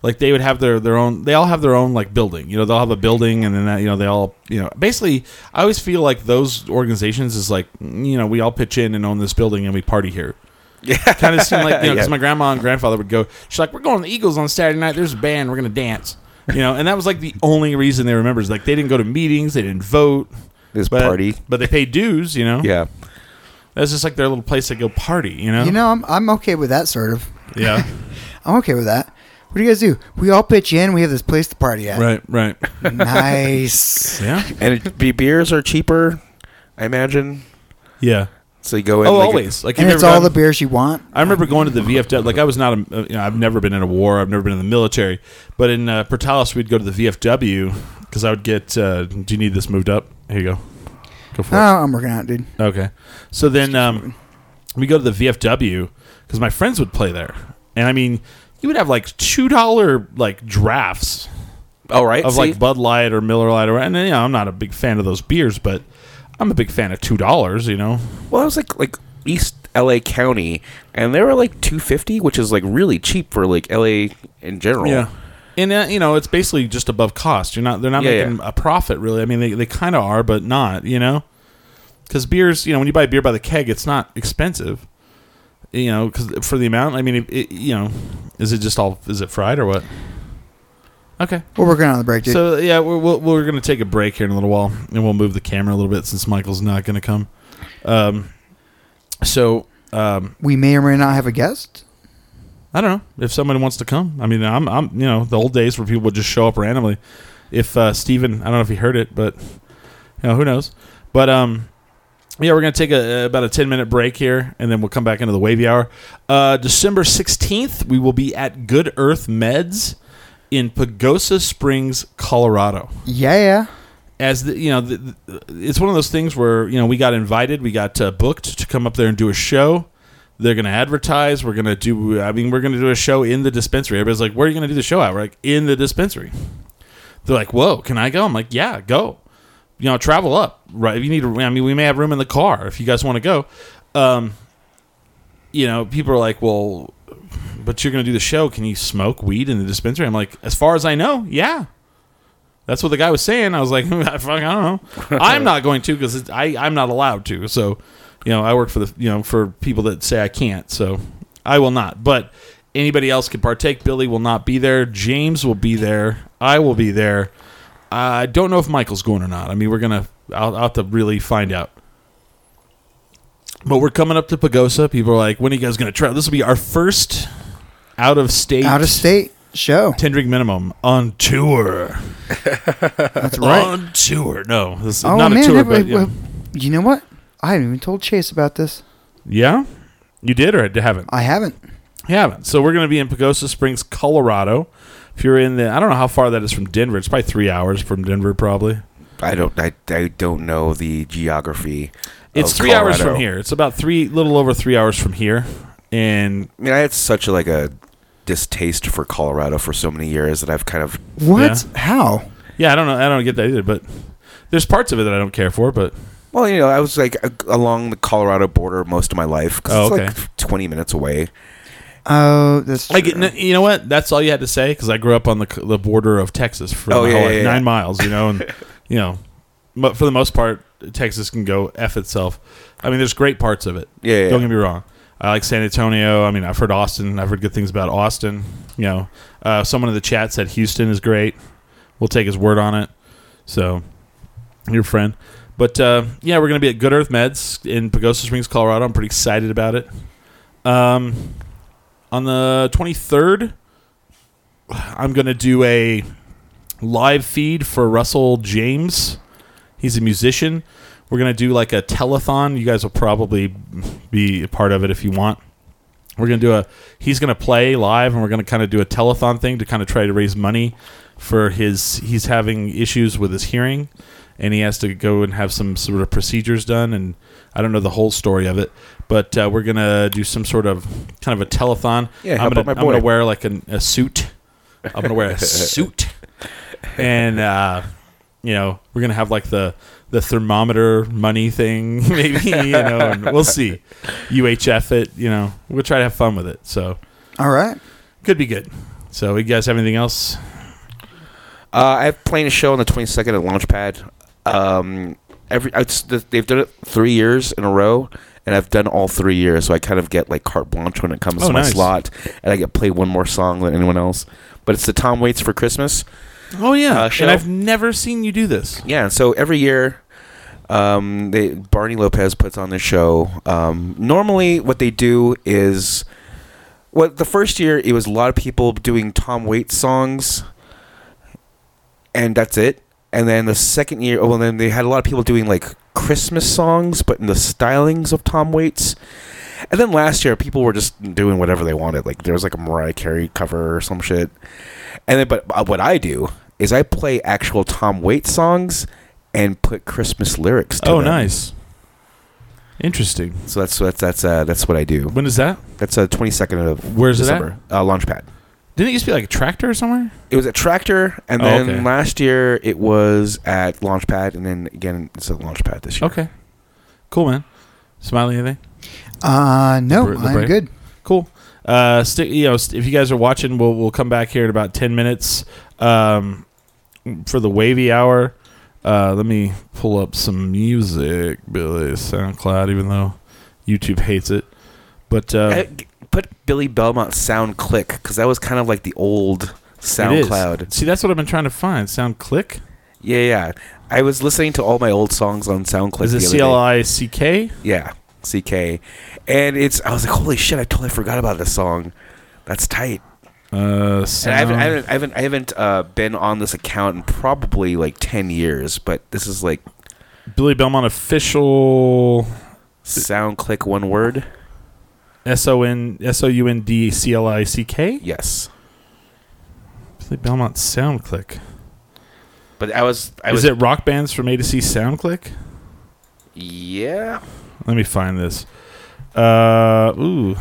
Speaker 2: Like they would have their their own. They all have their own like building. You know, they'll have a building, and then that, you know they all you know basically. I always feel like those organizations is like you know we all pitch in and own this building and we party here. Yeah, kind of seemed
Speaker 1: (laughs)
Speaker 2: like you know because
Speaker 1: Yeah.
Speaker 2: my grandma and grandfather would go. She's like, we're going to the Eagles on Saturday night. There's a band. We're gonna dance. You know, and that was like the only reason they remember is like they didn't go to meetings, they didn't vote,
Speaker 1: This
Speaker 2: but
Speaker 1: party.
Speaker 2: but they paid dues. You know,
Speaker 1: Yeah.
Speaker 2: that's just like their little place they go party. You know,
Speaker 3: You know, I'm, I'm okay with that sort of. (laughs)
Speaker 2: yeah.
Speaker 3: I'm okay with that. What do you guys do? We all pitch in. We have this place to party at.
Speaker 2: Right, right.
Speaker 3: (laughs) Nice.
Speaker 2: Yeah.
Speaker 1: And it, (laughs) be, beers are cheaper, I imagine.
Speaker 2: Yeah.
Speaker 1: So you go in
Speaker 2: Oh,
Speaker 1: like,
Speaker 2: always. Like
Speaker 3: and
Speaker 2: you've
Speaker 3: it's
Speaker 2: never
Speaker 3: all the
Speaker 2: gone-
Speaker 3: beers you want.
Speaker 2: I remember going to the VFW. Like I was not. A, uh, you know, I've never been in a war. I've never been in the military. But in uh, Portales, we'd go to the VFW because I would get. Uh, do you need this moved up? Here you go. Go for
Speaker 3: Oh,
Speaker 2: it.
Speaker 3: I'm working out, dude.
Speaker 2: Okay. So then um, we go to the VFW because my friends would play there, and I mean, you would have like two dollar like drafts
Speaker 1: All Oh, right.
Speaker 2: of
Speaker 1: see?
Speaker 2: like Bud Light or Miller Light, or and you know, I'm not a big fan of those beers, but I'm a big fan of two dollars. You know,
Speaker 1: well, I was like like East LA County, and they were like two fifty, which is like really cheap for like LA in general.
Speaker 2: And uh, you know, it's basically just above cost. You're not they're not
Speaker 1: Yeah,
Speaker 2: making a profit really. I mean, they they kind of are, but not, you know. Cuz beers, you know, when you buy beer by the keg, it's not expensive. You know, cuz for the amount, I mean, it, it, you know, is it just all is it fried or what? Okay.
Speaker 3: We're working on the break, dude.
Speaker 2: So yeah, we're we're, we're going to take a break here in a little while, and we'll move the camera a little bit since Michael's not going to come. Um, so um,
Speaker 3: we may or may not have a guest.
Speaker 2: I don't know if somebody wants to come. I mean, I'm, I'm, you know, the old days where people would just show up randomly. If uh, Steven, I don't know if he heard it, but you know, who knows? But um, yeah, we're gonna take a, about a ten minute break here, and then we'll come back into the wavy hour. Uh, December sixteenth, we will be at Good Earth Meds in Pagosa Springs, Colorado
Speaker 3: Yeah, yeah.
Speaker 2: as the, you know, the, the- it's one of those things where you know we got invited, we got uh, booked to come up there and do a show. They're going to advertise. We're going to do. I mean, we're going to do a show in the dispensary. Everybody's like, "Where are you going to do the show at?" We're like, "In the dispensary." They're like, "Whoa, can I go?" I'm like, "Yeah, go." You know, travel up, right? If you need, to, I mean, we may have room in the car if you guys want to go. Um, you know, people are like, "Well, but you're going to do the show. Can you smoke weed in the dispensary?" I'm like, "As far as I know, yeah." That's what the guy was saying. I was like, (laughs) fuck, I
Speaker 3: (laughs)
Speaker 2: don't know. I'm not going to because I I'm not allowed to. So, you know, I work for the you know for people that say I can't. So I will not. But anybody else can partake. Billy will not be there. James will be there. I will be there. I don't know if Michael's going or not. I mean, we're gonna. I'll, I'll have to really find out. But we're coming up to Pagosa. People are like, when are you guys gonna travel? This will be our first out of state
Speaker 3: Out of state
Speaker 1: (laughs)
Speaker 3: show.
Speaker 2: ten drink minimum on tour.
Speaker 3: That's right.
Speaker 2: On tour. No, this is
Speaker 3: Oh
Speaker 2: not
Speaker 3: man,
Speaker 2: a tour,
Speaker 3: have-
Speaker 2: but yeah.
Speaker 3: have- you know what? I haven't even told Chase about this.
Speaker 2: Yeah? You did or haven't?
Speaker 3: I haven't.
Speaker 2: You haven't. So we're going to be in Pagosa Springs, Colorado. If you're in the, I don't know how far that is from Denver. It's probably three hours from Denver, probably.
Speaker 1: I don't I, I don't know the geography.
Speaker 2: It's
Speaker 1: of
Speaker 2: three hours from
Speaker 1: Colorado.
Speaker 2: here. It's about three, little over three hours from here. And
Speaker 1: I mean, I had such a, like a distaste for Colorado for so many years that I've kind of
Speaker 3: What? How?
Speaker 2: yeah, I don't know. I don't get that either. But there's parts of it that I don't care for. But
Speaker 1: well, you know, I was like a- along the Colorado border most of my life because
Speaker 2: Oh,
Speaker 1: it's
Speaker 2: okay.
Speaker 1: like twenty minutes away.
Speaker 3: Oh, that's
Speaker 2: I get, n- you know what? That's all you had to say because I grew up on the c- the border of Texas for
Speaker 1: Oh,
Speaker 2: my
Speaker 1: yeah,
Speaker 2: whole
Speaker 1: yeah,
Speaker 2: life,
Speaker 1: yeah.
Speaker 2: nine miles. You
Speaker 1: (laughs)
Speaker 2: know, and you know, but for the most part, Texas can go f itself. I mean, there's great parts of it.
Speaker 1: Yeah, yeah,
Speaker 2: don't
Speaker 1: yeah.
Speaker 2: get me wrong. I like San Antonio. I mean, I've heard Austin. I've heard good things about Austin. You know, uh, someone in the chat said Houston is great. We'll take his word on it. So, your friend. But uh, yeah, we're going to be at Good Earth Meds in Pagosa Springs, Colorado. I'm pretty excited about it. Um, on the 23rd, I'm going to do a live feed for Russell James. He's a musician. We're gonna do like a telethon. You guys will probably be a part of it if you want. We're gonna do a. He's gonna play live, and we're gonna kind of do a telethon thing to kind of try to raise money for his. He's having issues with his hearing, and he has to go and have some sort of procedures done. And I don't know the whole story of it, but uh, we're gonna do some sort of kind of a telethon.
Speaker 1: Yeah,
Speaker 2: I'm
Speaker 1: help
Speaker 2: gonna,
Speaker 1: out my
Speaker 2: I'm gonna
Speaker 1: boy.
Speaker 2: wear like an, a suit. I'm gonna
Speaker 1: (laughs)
Speaker 2: wear a suit, and uh, you know we're gonna have like the the thermometer money thing, (laughs) maybe you know, and we'll see. UHF it, you know, we'll try to have fun with it. So
Speaker 3: All right.
Speaker 2: could be good. So you guys have anything else?
Speaker 1: Uh, I'm playing a show on the 22nd at Launchpad. Um, every it's, they've done it three years in a row, and I've done all three years, so I kind of get like carte blanche when it comes
Speaker 2: Oh,
Speaker 1: to my
Speaker 2: nice.
Speaker 1: slot, and I get play one more song than anyone else. But it's the Tom Waits for Christmas.
Speaker 2: Oh yeah,
Speaker 1: Uh,
Speaker 2: and
Speaker 1: show.
Speaker 2: I've never seen you do this.
Speaker 1: Yeah, so every year, um, they, Barney Lopez puts on this show. Um, normally, what they do is, well, the first year it was a lot of people doing Tom Waits songs, and that's it. And then the second year, well, then they had a lot of people doing like Christmas songs, but in the stylings of Tom Waits. And then last year, people were just doing whatever they wanted. Like there was like a Mariah Carey cover or some shit. And then, but uh, what I do is I play actual Tom Waits songs and put Christmas lyrics. to
Speaker 2: Oh,
Speaker 1: them.
Speaker 2: nice, interesting.
Speaker 1: So that's that's that's uh, that's what I do.
Speaker 2: When is that?
Speaker 1: That's a twenty second of
Speaker 2: Where's it at?
Speaker 1: December. Uh, Launchpad.
Speaker 2: Didn't it used to be like a tractor or somewhere?
Speaker 1: It was at Tractor, and
Speaker 2: Oh,
Speaker 1: then
Speaker 2: okay.
Speaker 1: last year it was at Launchpad, and then again it's at Launchpad this year.
Speaker 2: Okay, cool man. Smiley, anything?
Speaker 3: Uh, no,
Speaker 2: The bra- the
Speaker 3: I'm
Speaker 2: brave.
Speaker 3: good.
Speaker 2: cool. Uh, sti you know, st- if you guys are watching, we'll we'll come back here in about ten minutes um, for the wavy hour. Uh, let me pull up some music, Billy SoundCloud, even though YouTube hates it. But uh,
Speaker 1: Uh, g- put Billy Belmont sound click because that was kind of like the old SoundCloud.
Speaker 2: it is. See, that's what I've been trying to find. Sound click.
Speaker 1: Yeah, yeah. I was listening to all my old songs on SoundClick.
Speaker 2: Is it
Speaker 1: the other
Speaker 2: C
Speaker 1: day.
Speaker 2: L I C K?
Speaker 1: Yeah, CK. And it's I was like, holy shit! I totally forgot about this song. That's tight.
Speaker 2: Uh,
Speaker 1: And I haven't, I
Speaker 2: sound.
Speaker 1: haven't, I haven't, I haven't uh, been on this account in probably like ten years. But this is like
Speaker 2: Billy Belmont official.
Speaker 1: sound click one word.
Speaker 2: S O N S O U N D C L I C K.
Speaker 1: Yes.
Speaker 2: Billy Belmont sound click.
Speaker 1: But I was, I
Speaker 2: Is
Speaker 1: was,
Speaker 2: it rock bands from A to C sound click?
Speaker 1: yeah.
Speaker 2: Let me find this. Uh, ooh,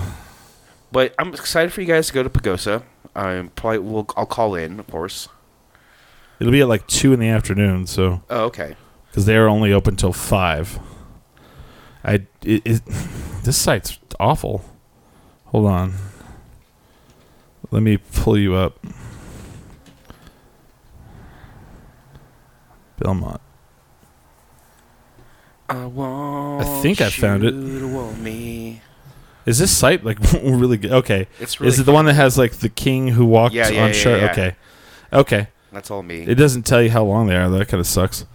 Speaker 1: But I'm excited for you guys to go to Pagosa. I'm probably will. I'll call in, of course.
Speaker 2: it'll be at like two in the afternoon, so
Speaker 1: Oh, okay.
Speaker 2: because they are only open till five. I it, it, (laughs) this site's awful. Hold on, let me pull you up. Belmont.
Speaker 1: I want.
Speaker 2: think I found it.
Speaker 1: you to want me.
Speaker 2: Is this site like (laughs) really good? Okay,
Speaker 1: It's really.
Speaker 2: is it the one that has like the king who walked
Speaker 1: Yeah, yeah,
Speaker 2: on
Speaker 1: yeah,
Speaker 2: shore?
Speaker 1: yeah.
Speaker 2: Okay, okay.
Speaker 1: That's all me.
Speaker 2: It doesn't tell you how long they are. That kind of sucks.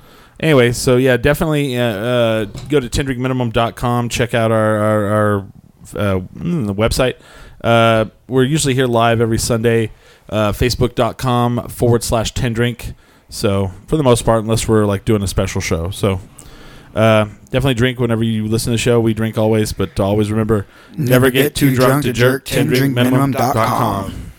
Speaker 2: Anyway, so yeah, definitely uh, uh, go to tendrigminimum.com. Check out our our, our uh, mm, the website. Uh, we're usually here live every Sunday. Uh, Facebook.com forward slash tendrink. So for the most part, unless we're like doing a special show, so uh, definitely drink whenever you listen to the show. We drink always, but always remember never, get, too drunk, to jerk. tendrinkminimum.com.